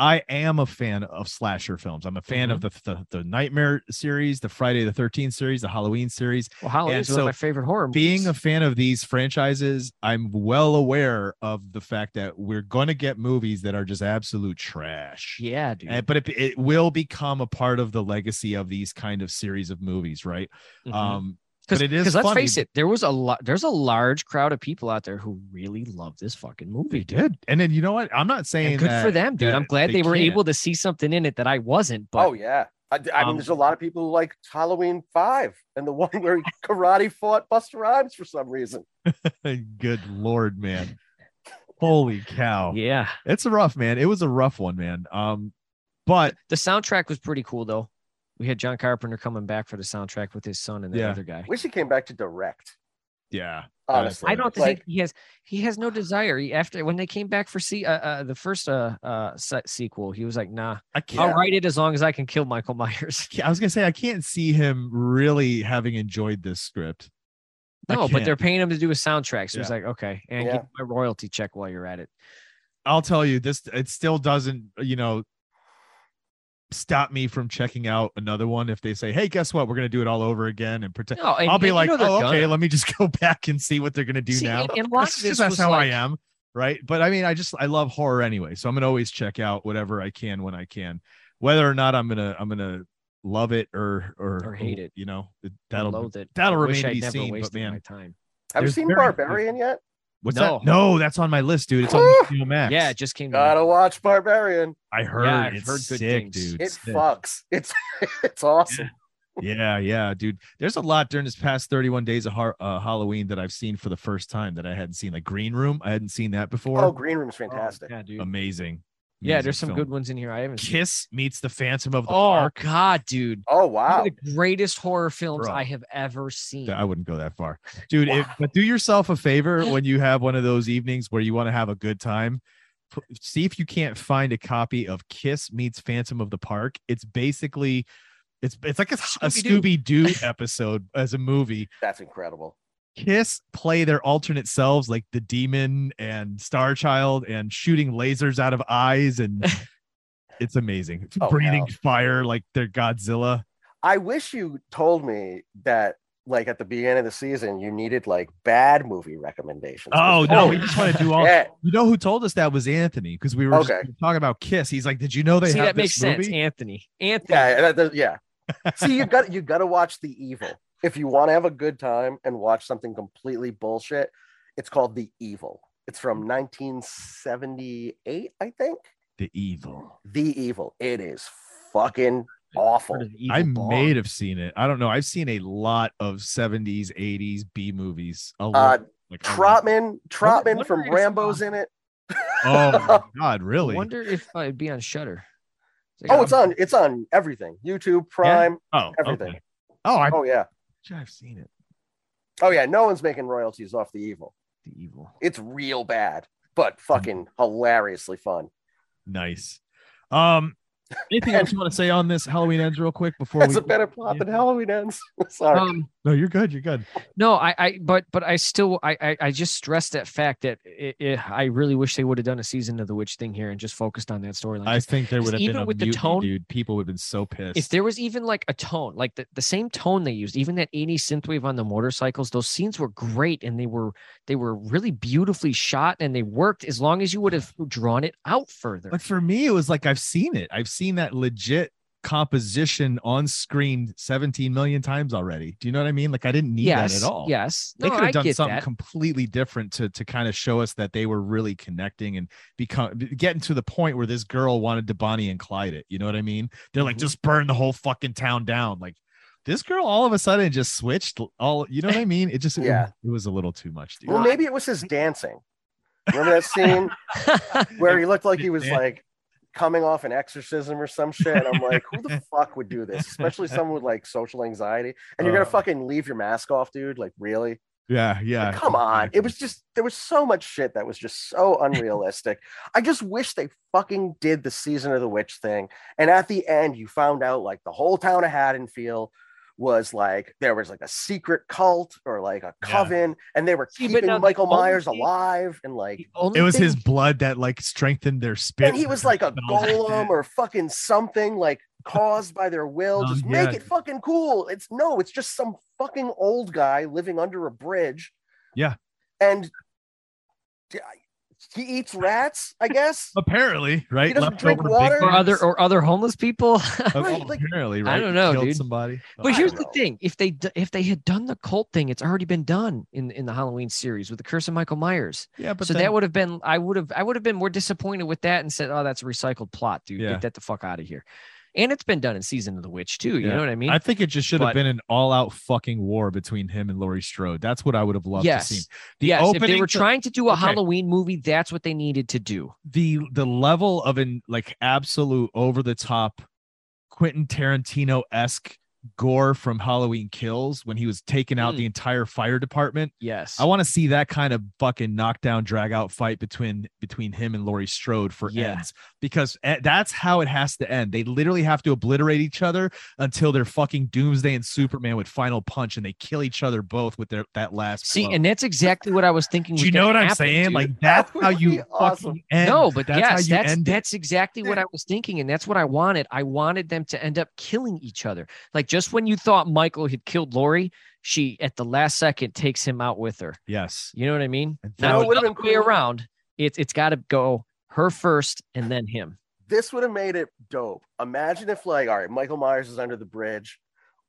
S1: I am a fan of slasher films. I'm a fan of the, the the Nightmare series, the Friday the 13th series, the Halloween series.
S2: well, Halloween
S1: and
S2: is one of
S1: so
S2: my favorite horror.
S1: Being
S2: movies.
S1: a fan of these franchises, I'm well aware of the fact that we're going to get movies that are just absolute trash.
S2: yeah, dude.
S1: And- but it, it will become a part of the legacy of these kind of series of movies, right?
S2: Mhm.
S1: Um,
S2: Because
S1: But it is
S2: let's
S1: funny.
S2: face it, there was a lot. There's a large crowd of people out there who really love this fucking movie,
S1: They
S2: dude.
S1: did. And then you know what? I'm not saying
S2: And good
S1: that,
S2: for them, dude.
S1: that
S2: I'm glad they, were
S1: can't.
S2: able to see something in it that I wasn't. But
S3: oh yeah. I, I
S2: Um,
S3: mean, there's a lot of people who like Halloween Five and the one where he karate fought Buster Rhymes for some reason.
S1: good lord, man. Holy cow.
S2: yeah,
S1: It's a rough man. It was a rough one, man. Um, but
S2: the soundtrack was pretty cool though. We had John Carpenter coming back for the soundtrack with his son and the
S1: Yeah.
S2: other guy.
S3: Wish he came back to direct.
S1: yeah,
S3: Honestly,
S2: I don't
S3: Like,
S2: think he has. He has no desire. He, after when they came back for see uh, uh, the first uh, uh, se- sequel, he was like, "Nah,
S1: I
S2: I'll
S1: can't.
S2: write it as long as I can kill Michael Myers."
S1: I was gonna say I can't see him really having enjoyed this script. I
S2: No, but
S1: can't.
S2: they're paying him to do a soundtrack, so he's like, "Okay, and
S3: Yeah.
S2: give me my royalty check while you're at it."
S1: I'll tell you this. It still doesn't, you know, stop me from checking out another one if they say, "Hey, guess what? We're gonna do it all over again and pretend."
S2: No, and-
S1: I'll be
S2: and you
S1: like,
S2: know
S1: "Oh,
S2: they're
S1: okay.
S2: gonna.
S1: Let me just go back and see what they're gonna do
S2: See,
S1: now."
S2: and- and a lot
S1: That's
S2: of
S1: just-
S2: this
S1: that's
S2: was
S1: how
S2: like-
S1: I am, right? But I mean, I just I love horror anyway, so I'm gonna always check out whatever I can when I can, whether or not I'm gonna I'm gonna love it or or,
S2: Or hate it.
S1: You know, it-
S2: I
S1: that'll
S2: loathe it.
S1: that'll
S2: I
S1: remain
S2: wish
S1: to
S2: I'd
S1: be
S2: never
S1: seen, but
S2: wasted
S1: man.
S2: my time.
S3: Have you
S1: there's
S3: seen
S1: very-
S3: Barbarian yet?
S1: what's
S2: No.
S1: that? No, that's on my list, dude. It's on HBO Max.
S2: Yeah, it just came. To me.
S3: Gotta watch Barbarian.
S1: I heard
S2: I've
S1: it's
S2: heard good
S1: sick,
S2: things.
S1: dude.
S3: It
S1: sick.
S3: fucks. It's it's awesome.
S1: Yeah, yeah, dude. There's a lot during this past 31 days of har- uh, Halloween that I've seen for the first time that I hadn't seen. Like Green Room, I hadn't seen that before.
S3: Oh, Green Room's fantastic.
S2: Yeah, dude.
S1: Amazing.
S2: yeah,
S1: Amazing
S2: there's some
S1: film.
S2: good ones in here I haven't seen.
S1: Kiss meets the Phantom of the
S2: Oh
S1: Park.
S2: God, dude!
S3: Oh
S2: One of
S3: wow.
S2: the greatest horror films
S1: Bro.
S2: I have ever seen.
S1: I wouldn't go that far, dude. If, but do yourself a favor when you have one of those evenings where you want to have a good time. p- See if you can't find a copy of Kiss meets Phantom of the Park. It's basically, it's it's like a, a Scooby
S2: Scooby-Doo.
S1: Doo episode as a movie,
S3: That's incredible.
S1: Kiss play their alternate selves like the demon and Star Child and shooting lasers out of eyes and it's amazing. It's
S3: Oh,
S1: breathing
S3: hell.
S1: fire like they're Godzilla.
S3: I wish you told me that like at the beginning of the season you needed like bad movie recommendations.
S1: Oh no,
S2: no,
S1: we
S2: we
S1: just want to do all
S3: Yeah.
S1: you know who told us that was Anthony because we were just
S3: Okay.
S1: talking about Kiss. He's like, Did you know they
S2: See,
S1: have
S2: that
S1: this
S2: makes
S1: movie?
S2: sense, Anthony. Anthony,
S3: Yeah, that- that- yeah. See, you got you got to watch The Evil if you want to have a good time and watch something completely bullshit. It's called The Evil. It's from 1978, I think.
S1: The evil.
S3: The Evil. It is fucking awful.
S1: I may have seen it. I don't know. I've seen a lot of 70s, 80s B movies. A
S3: Uh,
S1: lot. like, a lot.
S3: Trotman,
S2: Wonder-
S3: Trotman
S2: wonder
S3: from
S2: if,
S3: Rambo's
S2: uh,
S3: in it.
S1: Oh my god, really?
S2: wonder if I'd be on Shutter.
S3: Oh,
S2: um,
S3: it's on it's on everything. YouTube, Prime,
S1: oh,
S3: everything.
S1: okay. Oh, I,
S3: Oh yeah.
S1: I've seen it.
S3: Oh yeah, no one's making royalties off the evil.
S2: the evil.
S3: It's real bad, but fucking hilariously fun.
S1: Nice. Um, Anything else you want to say on this Halloween ends real quick before
S3: That's
S1: we?
S3: a better plot than Halloween ends. Sorry.
S2: Um,
S1: no, you're good. You're good.
S2: No, I, I, but, but I still, I, I, I just stress that fact that it, it, I really wish they would have done a season of the witch thing here and just focused on that storyline.
S1: I
S2: 'Cause
S1: think there would have
S2: even
S1: been a
S2: with the
S1: mutiny,
S2: tone-
S1: dude. People would have been so pissed.
S2: If there was even like a tone, like the, the same tone they used, even that 80s synthwave on the motorcycles, those scenes were great and they were, they were really beautifully shot and they worked as long as you would have drawn it out further.
S1: But for me, it was like I've seen it. I've seen that legit composition on screen 17 million times already. Do you know what I mean? Like I didn't need
S2: yes,
S1: that at all.
S2: Yes.
S1: They
S2: No,
S1: could
S2: I
S1: have done
S2: get
S1: something
S2: that.
S1: completely different to to kind of show us that they were really connecting and become getting to the point where this girl wanted to Bonnie and Clyde it. You know what I mean? They're like,
S3: Mm-hmm.
S2: Mhm.
S1: just burn the whole fucking town down. Like this girl all of a sudden just switched all you know what I mean? It just it-
S3: Yeah.
S1: it, was a little too much, dude.
S3: well, maybe it was his dancing. Remember that scene where he looked like he was like coming off an exorcism or some shit? And I'm like, who the fuck would do this? Especially someone with like social anxiety. And you're
S1: Uh.
S3: gonna fucking leave your mask off, dude. Like, really?
S1: yeah, yeah.
S3: Like, come on. It was just there was so much shit that was just so unrealistic. I just wish they fucking did the season of the witch thing. And at the end, you found out like the whole town of Haddonfield was like there was like a secret cult or like a
S1: Yeah.
S3: coven, and they were
S2: See, but
S3: keeping
S2: now the
S3: Michael
S2: only
S3: Myers
S2: thing-
S3: alive and like
S2: The only
S1: it was
S2: thing-
S1: his blood that like strengthened their spirit.
S3: and he was like a golem or fucking something like caused by their will.
S1: Um,
S3: Just
S1: yeah.
S3: make it fucking cool. It's no, it's just some fucking old guy living under a bridge.
S1: Yeah.
S3: And d- I- he eats rats, I guess.
S1: apparently, right?
S3: He doesn't drink
S1: Leftover
S3: water?
S2: or
S1: Big
S2: other
S1: Macs.
S2: or other homeless people.
S1: Oh,
S3: Right, like-
S1: apparently, right?
S2: I don't know,
S1: Killed
S2: dude.
S1: somebody. Oh,
S2: But
S3: I
S2: here's
S3: don't
S2: the
S3: know.
S2: thing: if they d- if they had done the cult thing, it's already been done in in the Halloween series with the Curse of Michael Myers.
S1: yeah, but
S2: so
S1: then-
S2: that would have been I would have I would have been more disappointed with that and said, "Oh, that's a recycled plot, dude.
S1: Yeah.
S2: Get that the fuck out of here." And it's been done in season of the witch too. You
S1: Yeah.
S2: know what I mean?
S1: I think it just should have
S2: But-
S1: been an all-out fucking war between him and Laurie Strode. That's what I would have loved
S2: yes,
S1: to see. The
S2: yes. If
S1: opening
S2: they were
S1: to-
S2: trying to do a
S1: okay.
S2: Halloween movie, that's what they needed to do.
S1: the the level of an like absolute over the top Quentin Tarantino esque gore from Halloween Kills when he was taking out
S2: Mm.
S1: the entire fire department.
S2: Yes,
S1: I want to see that kind of fucking knockdown, drag out fight between between him and Laurie Strode for
S2: Yeah.
S1: ends because eh, that's how it has to end. They literally have to obliterate each other until they're fucking Doomsday and Superman with final punch, and they kill each other both with their that last.
S2: see,
S1: blow.
S2: and that's exactly what I was thinking.
S1: do
S2: was
S1: you know
S2: gonna
S1: what I'm
S2: happen,
S1: saying?
S2: dude.
S1: Like that's
S3: That
S1: how
S3: would
S1: you
S3: be
S1: fucking
S3: awesome.
S1: end.
S2: no, but
S1: that's how
S2: yes,
S1: you
S2: that's
S1: end it.
S2: that's exactly what I was thinking, and that's what I wanted. I wanted them to end up killing each other. Like just when you thought Michael had killed Lori, she at the last second takes him out with her.
S1: yes.
S2: You know what I mean?
S1: And
S2: Not
S1: that
S2: the
S3: would've
S2: other
S3: been
S2: way
S3: cool.
S2: around. It's it's got to go her first and then him.
S3: This would have made it dope. Imagine if, like, all right, Michael Myers is under the bridge.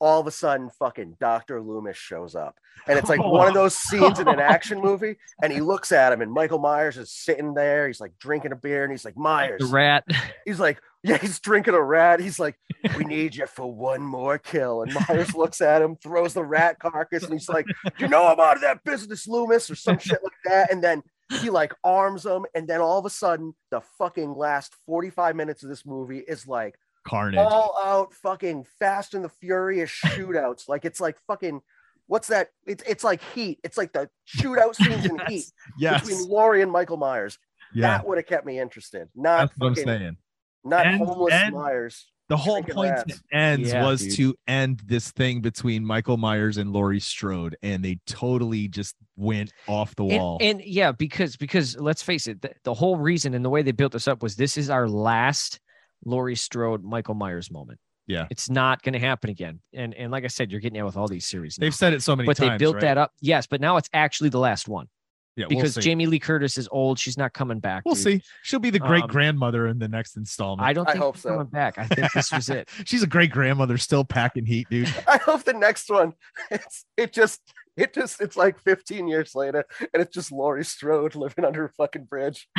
S3: All of a sudden, fucking Dr. Loomis shows up. And it's like one of those scenes in an action movie. And he looks at him, and Michael Myers is sitting there. He's like drinking a beer, and he's like, Myers.
S2: The rat.
S3: He's like, yeah, he's drinking a rat. He's like, we need you for one more kill. And Myers looks at him, throws the rat carcass, and he's like, you know, I'm out of that business, Loomis, or some shit like that. And then he like arms him, and then all of a sudden, the fucking last 45 minutes of this movie is like
S1: carnage.
S3: all out fucking Fast and the Furious shootouts. Like it's like fucking. What's that? It's it's like heat. It's like the shootout scenes in heat
S2: Yes.
S1: yes.
S3: between Laurie and Michael Myers.
S1: Yeah.
S3: That would have kept me interested. Not
S1: That's what I'm
S3: fucking-
S1: saying.
S3: not
S1: And-
S3: homeless
S1: and-
S3: Myers.
S1: The whole
S3: Drinking
S1: point
S3: rats.
S1: to ends
S2: Yeah,
S1: was
S2: dude.
S1: to end this thing between Michael Myers and Laurie Strode, and they totally just went off the wall.
S2: And, and yeah, because because let's face it, the, the whole reason and the way they built this up was this is our last Laurie Strode Michael Myers moment.
S1: Yeah.
S2: it's not going to happen again. And and like I said, you're getting out with all these series. now.
S1: They've said it so many
S2: but
S1: times.
S2: they built
S1: right?
S2: that up. Yes, but now it's actually the last one
S1: yeah,
S2: because
S1: we'll see.
S2: Jamie Lee Curtis is old. She's not coming back.
S1: We'll
S2: dude.
S1: see. She'll be the great
S2: Um,
S1: grandmother in the next installment.
S2: I don't
S3: I
S2: think
S3: hope
S2: she's
S3: so.
S2: coming back. I think this was it.
S1: She's a great grandmother, still packing heat, dude.
S3: I hope the next one, it's it just it just it's like 15 years later, and it's just Laurie Strode living under a fucking bridge,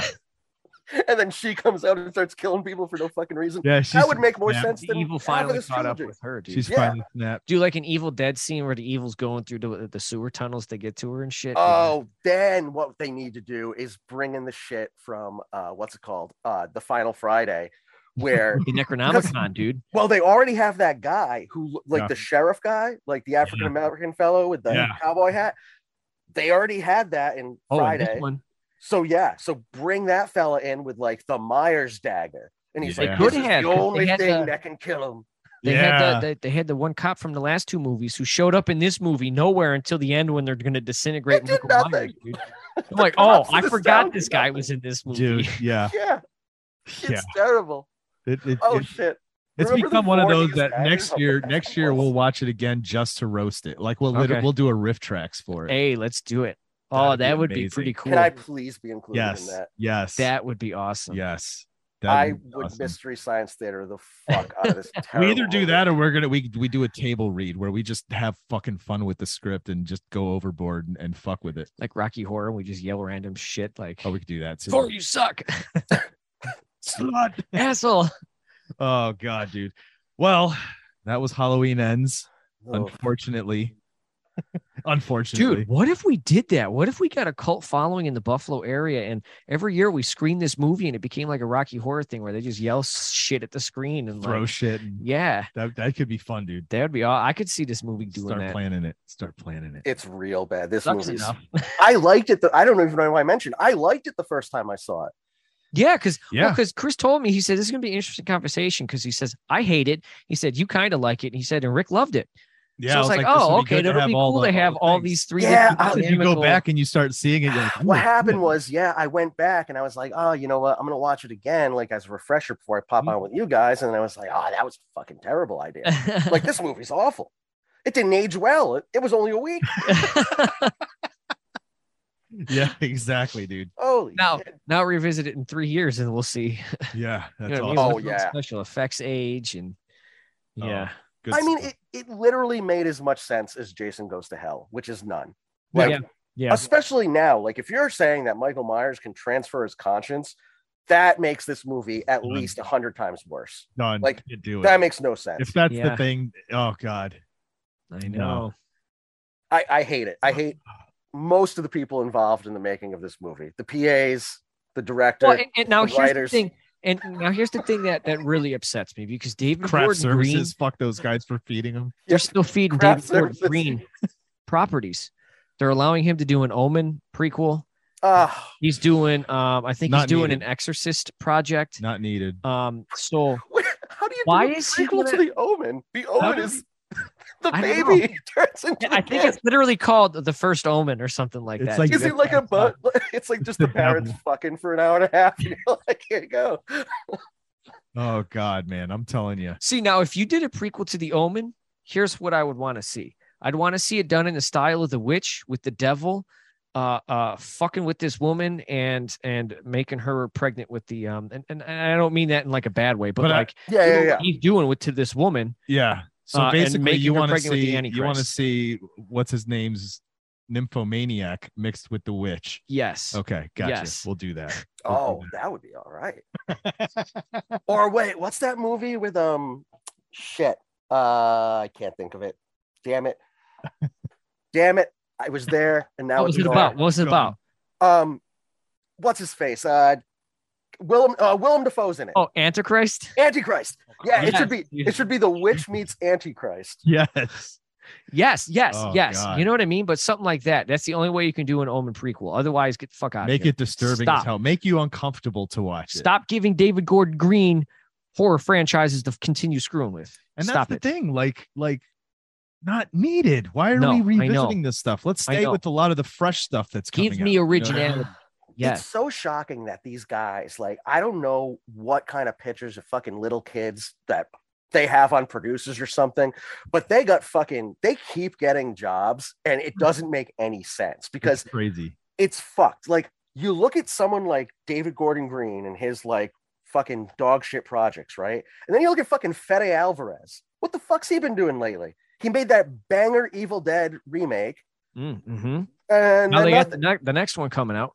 S3: and then she comes out and starts killing people for no fucking reason.
S1: Yeah, she's,
S3: that would make more
S1: yeah.
S3: sense
S2: The
S3: than
S2: evil
S3: half of
S2: finally
S3: this
S2: caught up
S3: trilogy.
S2: with her, dude.
S1: she's
S3: yeah.
S1: finally snapped.
S2: Do like an evil dead scene where the evil's going through the, the sewer tunnels to get to her and shit.
S3: Oh, then what they need to do is bring in the shit from uh, what's it called? Uh, the Final Friday, where
S2: the Necronomicon, dude.
S3: Well, they already have that guy who, like
S1: Yeah.
S3: the sheriff guy, like the African American fellow with the
S1: Yeah.
S3: cowboy hat. They already had that in
S2: Oh, and this
S3: Friday.
S2: one.
S3: So yeah, so bring that fella in with like the Myers dagger, And he's
S1: They
S3: like,
S2: could
S3: this is
S2: have,
S3: the
S2: 'cause they
S3: only
S2: had
S3: thing
S2: the-
S3: that can kill him.
S2: They
S1: yeah.
S2: had the, the they had the one cop from the last two movies who showed up in this movie nowhere until the end when they're going to disintegrate.
S3: They did
S2: Michael Myers,
S3: nothing.
S2: dude. I'm like, oh,
S3: cops
S2: I
S3: in the
S2: forgot
S3: sound
S2: this
S3: did
S2: guy
S3: nothing.
S2: was in this movie.
S1: dude. Yeah.
S3: Yeah. It's
S1: Yeah.
S3: terrible.
S1: It, it,
S3: Oh
S1: it-
S3: shit.
S1: it's
S3: Remember the
S1: become one of those
S3: 40s
S1: that
S3: guys?
S1: next
S3: Oh,
S1: year,
S3: yeah.
S1: next year we'll watch it again just to roast it. Like we'll lit-
S2: Okay.
S1: we'll do a riff tracks for it.
S2: Hey, let's do it. Oh,
S1: That'd be
S2: that would be
S1: amazing.
S2: pretty cool.
S3: Can I please be included
S1: yes.
S3: in that?
S1: Yes.
S2: That would be awesome.
S1: yes.
S3: I
S1: That'd be
S3: would
S1: awesome.
S3: mystery science theater the fuck out of this.
S1: We
S3: terrible
S1: either do
S3: movie.
S1: that or we're gonna we we do a table read where we just have fucking fun with the script and just go overboard and, and fuck with it.
S2: Like Rocky Horror, we just yell random shit like,
S1: Oh, we could do that too.
S2: "Thor, you suck,
S1: Slut.
S2: asshole."
S1: Oh god, dude. Well, that was Halloween ends.
S3: Oh,
S1: Unfortunately. unfortunately.
S2: Dude, what if we did that? What if we got a cult following in the Buffalo area and every year we screened this movie and it became like a Rocky Horror thing where they just yell shit at the screen and
S1: throw
S2: like,
S1: shit. And
S2: yeah,
S1: that that could be fun, dude.
S2: that would be all. I could see this movie doing
S1: Start
S2: that.
S1: planning it. Start planning it.
S3: it's real bad. This
S2: Sucks
S3: movie.
S2: enough.
S3: I liked it. The, I don't even know why I mentioned. I liked it the first time I saw it.
S2: Yeah, because
S1: Yeah.
S2: because Chris told me he said this is gonna be an interesting conversation because he says I hate it. He said you kind of like it. And he said and Rick loved it.
S1: Yeah,
S2: so
S1: I
S2: I was
S1: was
S2: like,
S1: this
S2: oh,
S1: would
S2: okay,
S1: good to
S2: that'll
S1: have
S2: be cool
S1: the-
S2: to have all
S1: things.
S2: these three.
S3: Yeah,
S2: different
S3: I'll-
S1: If you go
S2: dynamical-
S1: back and you start seeing it. You're like,
S3: What
S1: "Ooh,
S3: happened
S1: cool."
S3: was, yeah, I went back and I was like, oh, you know what? I'm gonna watch it again, like as a refresher before I
S1: Mm-hmm.
S3: pop on with you guys. And then I was like, oh, that was a fucking terrible idea. like this movie's awful. It didn't age well. It, it was only a week.
S1: yeah, exactly, dude.
S3: Holy
S2: Now-
S3: shit.
S2: now revisit it in three years and we'll see.
S1: Yeah, that's
S2: You know what I mean?
S1: awesome.
S3: Oh,
S2: With all the
S3: yeah.
S2: special effects age and
S1: Oh,
S2: yeah.
S1: Good
S3: I mean,
S1: stuff.
S3: it, it literally made as much sense as Jason Goes to Hell, which is none.
S1: Yeah.
S3: Like,
S2: Yeah.
S3: especially now, like if you're saying that Michael Myers can transfer his conscience, that makes this movie at
S1: Mhm.
S3: least a hundred times worse.
S1: done.
S3: like,
S1: Can't do it.
S3: That makes no sense.
S1: if that's the
S2: Yeah.
S1: thing, oh god,
S2: I
S1: No.
S2: know.
S3: I, I hate it. I hate most of the people involved in the making of this movie. The PAs, the director.
S2: Well, and, and now
S3: the
S2: here's
S3: writers-
S2: the thing. And now here's the thing that that really upsets me because David
S1: craft
S2: Gordon Green,
S1: services. Fuck those guys for feeding them.
S2: they're still feeding
S3: Craft
S2: David Gordon
S3: services.
S2: Green properties. They're allowing him to do an Omen prequel.
S3: Ah,
S2: He's doing, um, I think
S1: Not
S2: he's doing
S1: needed.
S2: an Exorcist project.
S1: Not needed.
S2: Um, so
S3: how do you
S2: Why
S3: do a
S2: is he
S3: sequel to
S2: gonna-
S3: the Omen? The Omen
S1: does
S3: is the
S2: I don't
S3: baby turns into.
S2: I
S3: the
S2: think
S3: kid.
S2: it's literally called the first Omen or something like
S1: It's
S2: that.
S1: like-
S3: Is it like a
S1: That's
S3: but? It's like just
S1: the
S3: the parents
S1: devil.
S3: fucking for an hour and a half. and You're like, here you go.
S1: Oh god, man, I'm telling you.
S2: See, now if you did a prequel to The Omen, here's what I would want to see. I'd want to see it done in the style of The Witch with the devil, uh, uh, fucking with this woman and and making her pregnant with the um. And, and, and I don't mean that in like a bad way, but,
S1: But I-
S2: like
S3: Yeah,
S2: you know
S3: yeah,
S2: what
S3: yeah.
S2: he's doing with to this woman.
S1: Yeah. So
S2: Uh, and
S1: basically,
S2: making
S1: you
S2: her
S1: want to
S2: pregnant with the
S1: see you want to
S2: Antichrist.
S1: see what's his name's nymphomaniac mixed with the witch.
S2: Yes.
S1: Okay, gotcha.
S2: Yes.
S1: We'll do that. We'll do
S3: Oh, that would be all right. or wait, what's that movie with um shit? Uh I can't think of it. Damn it. Damn it. I was there and now
S2: What
S3: it's
S2: was it
S3: gone.
S2: about? What was it
S1: Go
S2: about?
S3: Um what's his face? Uh Willem uh Willem Dafoe's in it.
S2: Oh, Antichrist.
S3: Antichrist. Yeah, it
S2: Yes,
S3: should be
S2: yes.
S3: it should be the witch meets Antichrist.
S1: Yes.
S2: Yes, yes,
S1: Oh,
S2: yes.
S1: God.
S2: You know what I mean? But something like that. That's the only way you can do an Omen prequel. Otherwise, get the fuck out.
S1: Make
S2: here.
S1: it disturbing as
S2: Stop.
S1: hell. Make you uncomfortable to watch it.
S2: Stop giving David Gordon Green horror franchises to continue screwing with.
S1: And that's
S2: Stop
S1: the
S2: it.
S1: thing, like, like not needed. Why are
S2: No,
S1: we
S2: I know.
S1: revisiting this stuff? Let's
S2: I
S1: stay
S2: know.
S1: with a lot of the fresh stuff that's coming.
S2: Give me
S1: out, you know?
S2: originality.
S3: It's
S2: Yes.
S3: so shocking that these guys, like, I don't know what kind of pictures of fucking little kids that they have on producers or something, but they got fucking, they keep getting jobs and
S2: Mm-hmm.
S3: it doesn't make any sense
S2: Mm.
S3: because
S1: It's crazy.
S3: it's fucked. Like, you look at someone like David Gordon Green and his like fucking dog shit projects, right? And then you look at fucking Fede Alvarez. What the fuck's he been doing lately? He made that banger Evil Dead remake.
S2: Mm-hmm.
S3: And
S2: Now
S3: then
S2: they got the,
S3: nothing.
S2: ne- the next one coming out.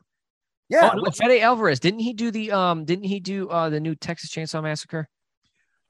S3: yeah,
S2: oh, no,
S3: which-
S2: Fede Alvarez didn't he do the um? Didn't he do uh the new Texas Chainsaw Massacre?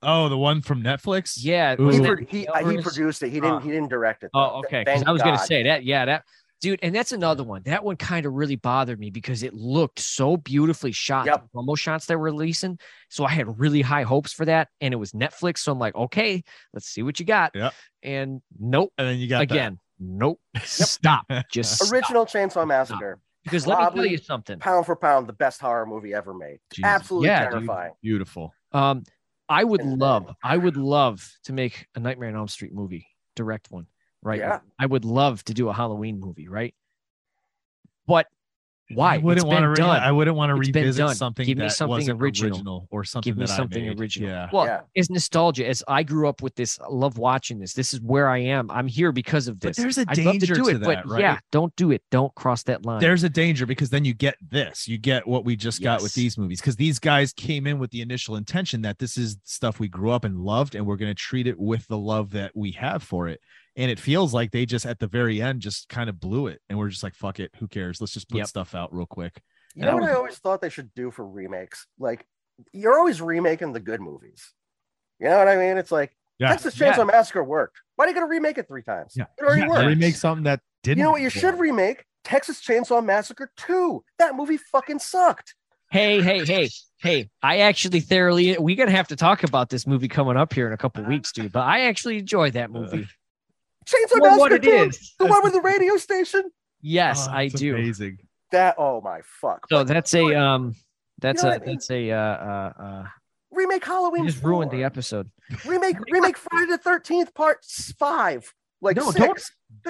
S1: Oh, the one from Netflix.
S2: Yeah.
S1: Ooh.
S3: he,
S2: wasn't
S1: Ooh.
S2: that
S3: pro- he,
S2: Fede
S3: uh, he
S2: Alvarez?
S3: produced it. He
S2: Ah.
S3: didn't. He didn't direct it.
S2: Oh,
S3: though. Th-
S2: okay. 'cause
S3: thank
S2: I was gonna
S3: God.
S2: say that. Yeah, that dude. And that's another one. That one kind of really bothered me because it looked so beautifully shot.
S3: Yep.
S2: The promo shots they were releasing. So I had really high hopes for that, and it was Netflix. So I'm like, okay, let's see what you got.
S1: Yep.
S2: And nope.
S1: And then you got that.
S2: Again, nope. Stop. Just stop.
S3: Original Chainsaw Massacre,
S2: because let me tell
S3: probably
S2: you something.
S3: pound for pound, the best horror movie ever made.
S1: Jesus.
S3: Absolutely
S2: Yeah, dude.
S3: terrifying.
S1: Beautiful.
S2: Um, I would love, I would love to make a Nightmare on Elm Street movie, direct one, right?
S3: Yeah.
S2: I would love to do a Halloween movie, right? But why?
S6: I wouldn't
S2: It's been
S6: want to.
S2: done.
S6: I wouldn't want to
S2: It's been
S6: revisit
S2: done.
S6: something
S2: Give me
S6: that
S2: something
S6: wasn't
S2: original.
S6: or something.
S2: Give me
S6: that I
S2: something
S6: made.
S2: original.
S6: Yeah.
S2: Well,
S3: Yeah.
S2: it's nostalgia. As I grew up with this, I love watching this. This is where I am. I'm here because of
S1: But
S2: this.
S1: there's a
S2: I'd love to
S1: danger
S2: do
S1: to
S2: it,
S1: that,
S2: but
S1: right?
S2: yeah, don't do it. Don't cross that line.
S6: There's a danger because then you get this. You get what we just got with
S2: Yes.
S6: these movies because these guys came in with the initial intention that this is stuff we grew up and loved, and we're going to treat it with the love that we have for it. And it feels like they just at the very end just kind of blew it, and we're just like, "Fuck it, who cares? Let's just put
S2: Yep.
S6: stuff out real quick."
S3: You
S6: That
S3: know what
S6: was-
S3: I always thought they should do for remakes? Like, you're always remaking the good movies. You know what I mean? It's like
S6: Yeah.
S3: Texas Chainsaw
S2: Yeah.
S3: Massacre worked. Why are you going to remake it three times?
S6: Yeah.
S3: It already
S1: Yeah,
S3: worked.
S1: remake something that didn't.
S3: You know what you should remake? Texas Chainsaw Massacre 2. That movie fucking sucked.
S2: hey, hey, hey, hey! I actually thoroughly. We're gonna have to talk about this movie coming up here in a couple weeks, dude. But I actually enjoyed
S1: Uh,
S2: that movie.
S3: Chainsaw
S2: For what
S3: Massacre
S2: it
S3: 2.
S2: is.
S3: The one with the radio station?
S2: Yes,
S1: Oh,
S2: I
S1: it's
S2: do.
S1: Amazing.
S3: That, oh my fuck.
S2: So
S3: But
S2: that's a um, that's
S3: know
S2: a
S3: what I mean?
S2: that's a uh uh. uh
S3: remake
S2: you
S3: Halloween.
S2: just ruined the
S3: 4.
S2: episode.
S3: Remake, remake Friday the 13th, part s- five. Like,
S2: No,
S3: 6
S2: don't-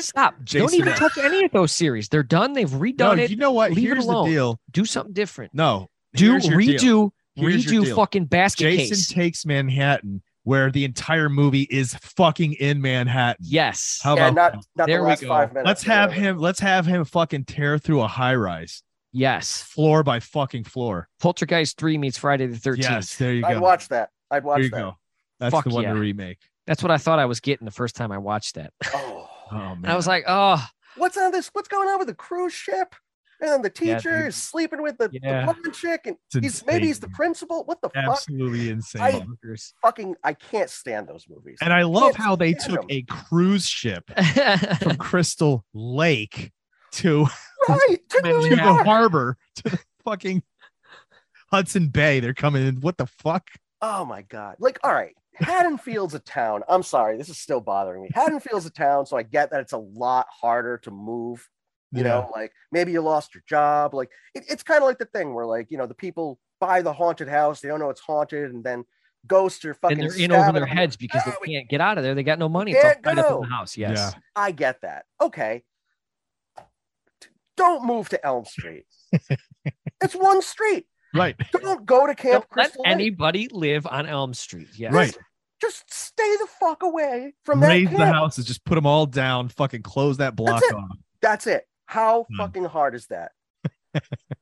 S2: Stop!
S1: Jason-
S2: Don't even touch any of those series. They're done. They've
S1: No,
S2: redone it.
S1: you know what?
S2: Leave it
S1: Here's the
S2: alone.
S1: deal.
S2: Do something different.
S1: No,
S2: Do
S1: here's your deal.
S2: redo
S1: Here's your
S2: redo
S1: deal.
S2: fucking basket
S6: Jason
S2: case.
S6: takes Manhattan, where the entire movie is fucking in Manhattan.
S2: yes.
S6: How
S3: yeah,
S6: about
S3: not, not
S2: There
S3: the
S2: we
S3: last
S2: go.
S3: five minutes.
S6: Let's
S3: or
S6: have
S3: whatever.
S6: him. Let's have him fucking tear through a high rise,
S2: yes.
S6: floor by fucking floor.
S2: Poltergeist 3 meets Friday the 13th.
S6: Yes, there you go.
S3: I'd watch that. I'd watch
S6: there you
S3: that.
S6: go. That's
S2: Fuck
S6: the one to
S2: yeah.
S6: remake.
S2: That's what I thought I was getting the first time I watched that.
S3: Oh,
S6: Oh man,
S2: And I was like, oh,
S3: what's on this? What's going on with the cruise ship? And then the
S2: Yeah,
S3: teacher
S2: dude.
S3: is sleeping with the,
S2: Yeah.
S3: the blonde chick, and
S1: It's
S3: he's maybe he's the
S1: insane.
S3: principal. What the fuck?
S6: absolutely insane.
S3: I-
S2: bonkers.
S3: Fucking, I can't stand those movies.
S1: And I love
S3: Can't
S1: how they
S3: stand
S1: took
S3: 'em.
S1: a cruise ship from Crystal Lake to,
S3: right
S1: to
S3: to New
S1: the
S3: York.
S1: harbor to the fucking Hudson Bay. They're coming in. What the fuck?
S3: Oh my god! Like, all right, Haddonfield's a town. I'm sorry, this is still bothering me. Haddonfield's a town, so I get that it's a lot harder to move you know like maybe you lost your job like it, it's kind of like the thing where like you know the people buy the haunted house they don't know it's haunted and then ghosts are
S2: and
S3: fucking
S2: they're in
S3: stabbing
S2: over their
S3: them.
S2: heads because
S3: "Ah, we
S2: they can't get out of there. They got no money.
S3: can't
S2: it's all tied up in
S3: go."
S2: the house. Yes.
S3: I get that. Okay. Don't move to Elm Street. it's one street.
S1: Right.
S3: Don't go to
S2: Don't
S3: Camp
S2: let
S3: Crystal Lake.
S2: anybody live on Elm Street. Yes.
S1: Right.
S3: Just stay the fuck away from that
S1: Raise
S3: camp.
S1: the houses, just put them all down, fucking close that block
S3: That's it.
S1: off.
S3: That's it. How
S1: Hmm.
S3: fucking hard is that?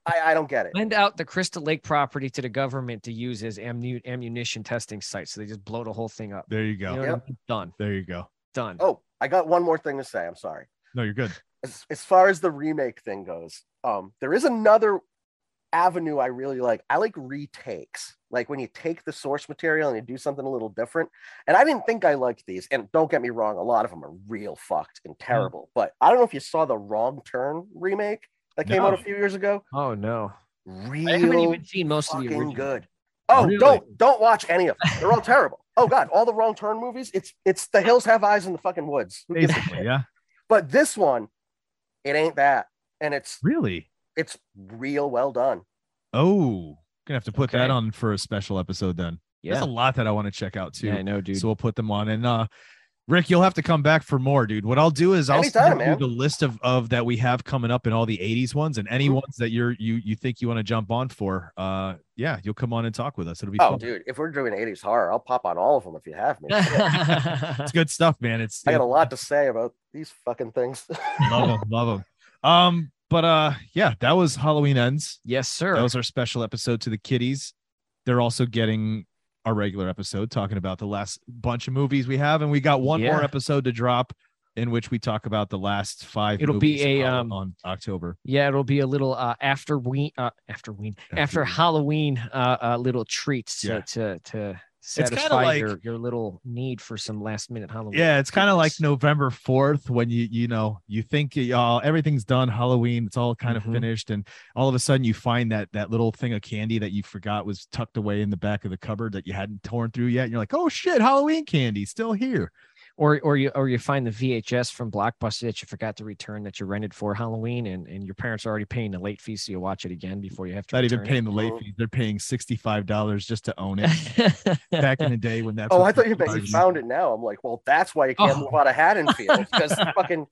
S3: I, I don't get it.
S2: Lend out the Crystal Lake property to the government to use as ammu- ammunition testing site. So they just blow the whole thing up.
S1: There you
S2: You
S1: go.
S2: know what I mean? Done.
S1: There you go.
S2: Done.
S3: Oh, I got one more thing to say. I'm sorry.
S1: No, you're good.
S3: as, as far as the remake thing goes, um, there is another avenue I really like. I like retakes, like when you take the source material and you do something a little different. And I didn't think I liked these. And don't get me wrong, a lot of them are real fucked and terrible. But I don't know if you saw the Wrong Turn remake that came out a
S6: No.
S3: few years ago.
S2: Oh, no.
S3: Real
S2: I haven't even seen most of the
S3: fucking
S2: original.
S3: good. Oh,
S2: Really?
S3: don't don't watch any of them. They're all terrible. Oh god, all the Wrong Turn movies. It's it's The Hills Have Eyes in the fucking woods. Who gives a
S1: Basically,
S3: shit?
S1: yeah.
S3: But this one, it ain't that. And it's
S1: Really?
S3: it's real well done.
S1: Oh, gonna have to put that
S2: Okay.
S1: on for a special episode then.
S2: Yeah.
S1: There's a lot that I want to check out too.
S2: yeah, I know, dude.
S1: So we'll put them on. And uh Rick, you'll have to come back for more, dude. What I'll do is I'll
S3: Anytime,
S1: send you
S3: man.
S1: the list of of that we have coming up in all the 80s ones and
S3: Mm-hmm.
S1: any ones that you're you you think you want to jump on for. Uh yeah, you'll come on and talk with us. It'll be
S3: Oh,
S1: fun.
S3: dude, if we're doing 80s horror, I'll pop on all of them if you have me. I
S2: yeah,
S1: It's good stuff, man. It's
S3: got a lot to say about these fucking things.
S1: love them, love them. Um, but uh yeah, that was Halloween ends.
S2: yes, sir.
S1: That was our special episode to the kiddies. They're also getting our regular episode talking about the last bunch of movies we have, and we got one more
S2: Yeah.
S1: episode to drop in which we talk about the last five.
S2: It'll be
S1: movies
S2: a,
S1: out
S2: um,
S1: on October.
S2: yeah, it'll be a little uh, after we uh, after we
S1: After
S2: after,
S1: ween.
S2: Halloween uh, uh, little treats to
S1: Yeah.
S2: to, to
S1: kinda
S2: satisfy
S1: like-
S2: your, your little need for some last minute Halloween.
S1: Yeah, it's kind of like
S2: goodness.
S1: November fourth when you you know you think y'all everything's done Halloween, it's all kind of
S2: Mhm.
S1: finished, and all of a sudden you find that that little thing of candy that you forgot was tucked away in the back of the cupboard that you hadn't torn through yet, and you're like, oh shit, Halloween candy still here.
S2: or or you or you find the VHS from Blockbuster that you forgot to return that you rented for Halloween, and and your parents are already paying the late fee, so you watch it again before you have to.
S6: Not even
S2: return
S6: paying the late
S3: Oh.
S6: fees. They're paying sixty-five dollars just to own it.
S2: it.
S6: Back in the day when that's
S3: Oh,
S6: what
S3: I thought you
S6: people
S3: meant you
S6: did.
S3: found it now. I'm like, well, that's why you can't
S2: Oh.
S3: move out of Haddonfield because fucking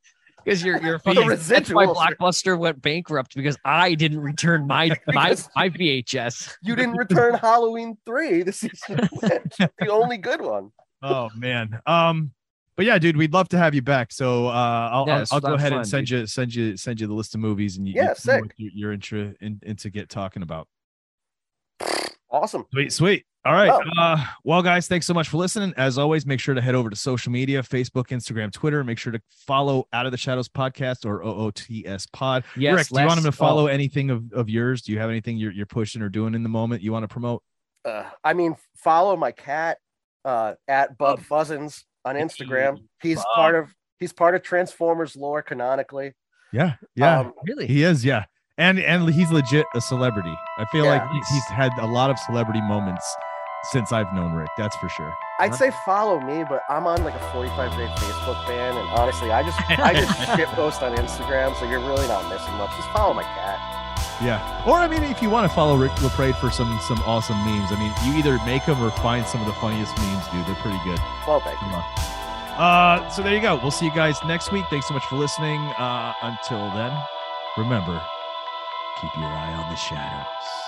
S2: because your your
S3: The
S2: VHS, that's why
S3: residuals are-
S2: Blockbuster went bankrupt because I didn't return my my
S3: Because-
S2: my VHS.
S3: you didn't return Halloween three, the season of witch, the only good one.
S1: oh man um but yeah dude we'd love to have you back so uh i'll,
S2: Yeah,
S1: I'll-
S2: it's
S1: I'll,
S2: a lot
S1: go
S2: of
S1: ahead
S2: fun,
S1: and send you send you send you the list of movies and you,
S3: Yeah,
S1: you see what
S3: sick.
S1: you're, you're intro in, into get talking about
S3: Awesome.
S1: Sweet, sweet. All right.
S3: Oh.
S1: Uh, well, guys, thanks so much for listening. As always, make sure to head over to social media Facebook, Instagram, Twitter. Make sure to follow Out of the Shadows podcast or OOTS pod.
S2: Yes,
S1: Rick, do you want him to
S2: last-
S1: follow
S2: oh,
S1: anything of, of yours? Do you have anything you're, you're pushing or doing in the moment you want to promote?
S3: Uh, I mean, follow my cat uh, at Bub Fuzzins on Instagram. He's part of he's part of Transformers lore canonically.
S1: Yeah. Yeah.
S3: Um,
S2: Oh, really?
S1: he is. Yeah. And and he's legit a celebrity. I feel
S3: Yeah.
S1: like he's, he's had a lot of celebrity moments since I've known Rick. That's for sure.
S3: I'd say follow me, but I'm on like a 45 day Facebook ban, and honestly, I just I just shit post on Instagram, so you're really not missing much. Just follow my cat.
S1: Yeah. Or I mean, if you want to follow Rick LaPrade for some some awesome memes, I mean, you either make them or find some of the funniest memes, dude. They're pretty good.
S3: Well, thank you.
S1: Uh, so there you go. We'll see you guys next week. Thanks so much for listening. Uh, until then, remember, keep your eye on the shadows.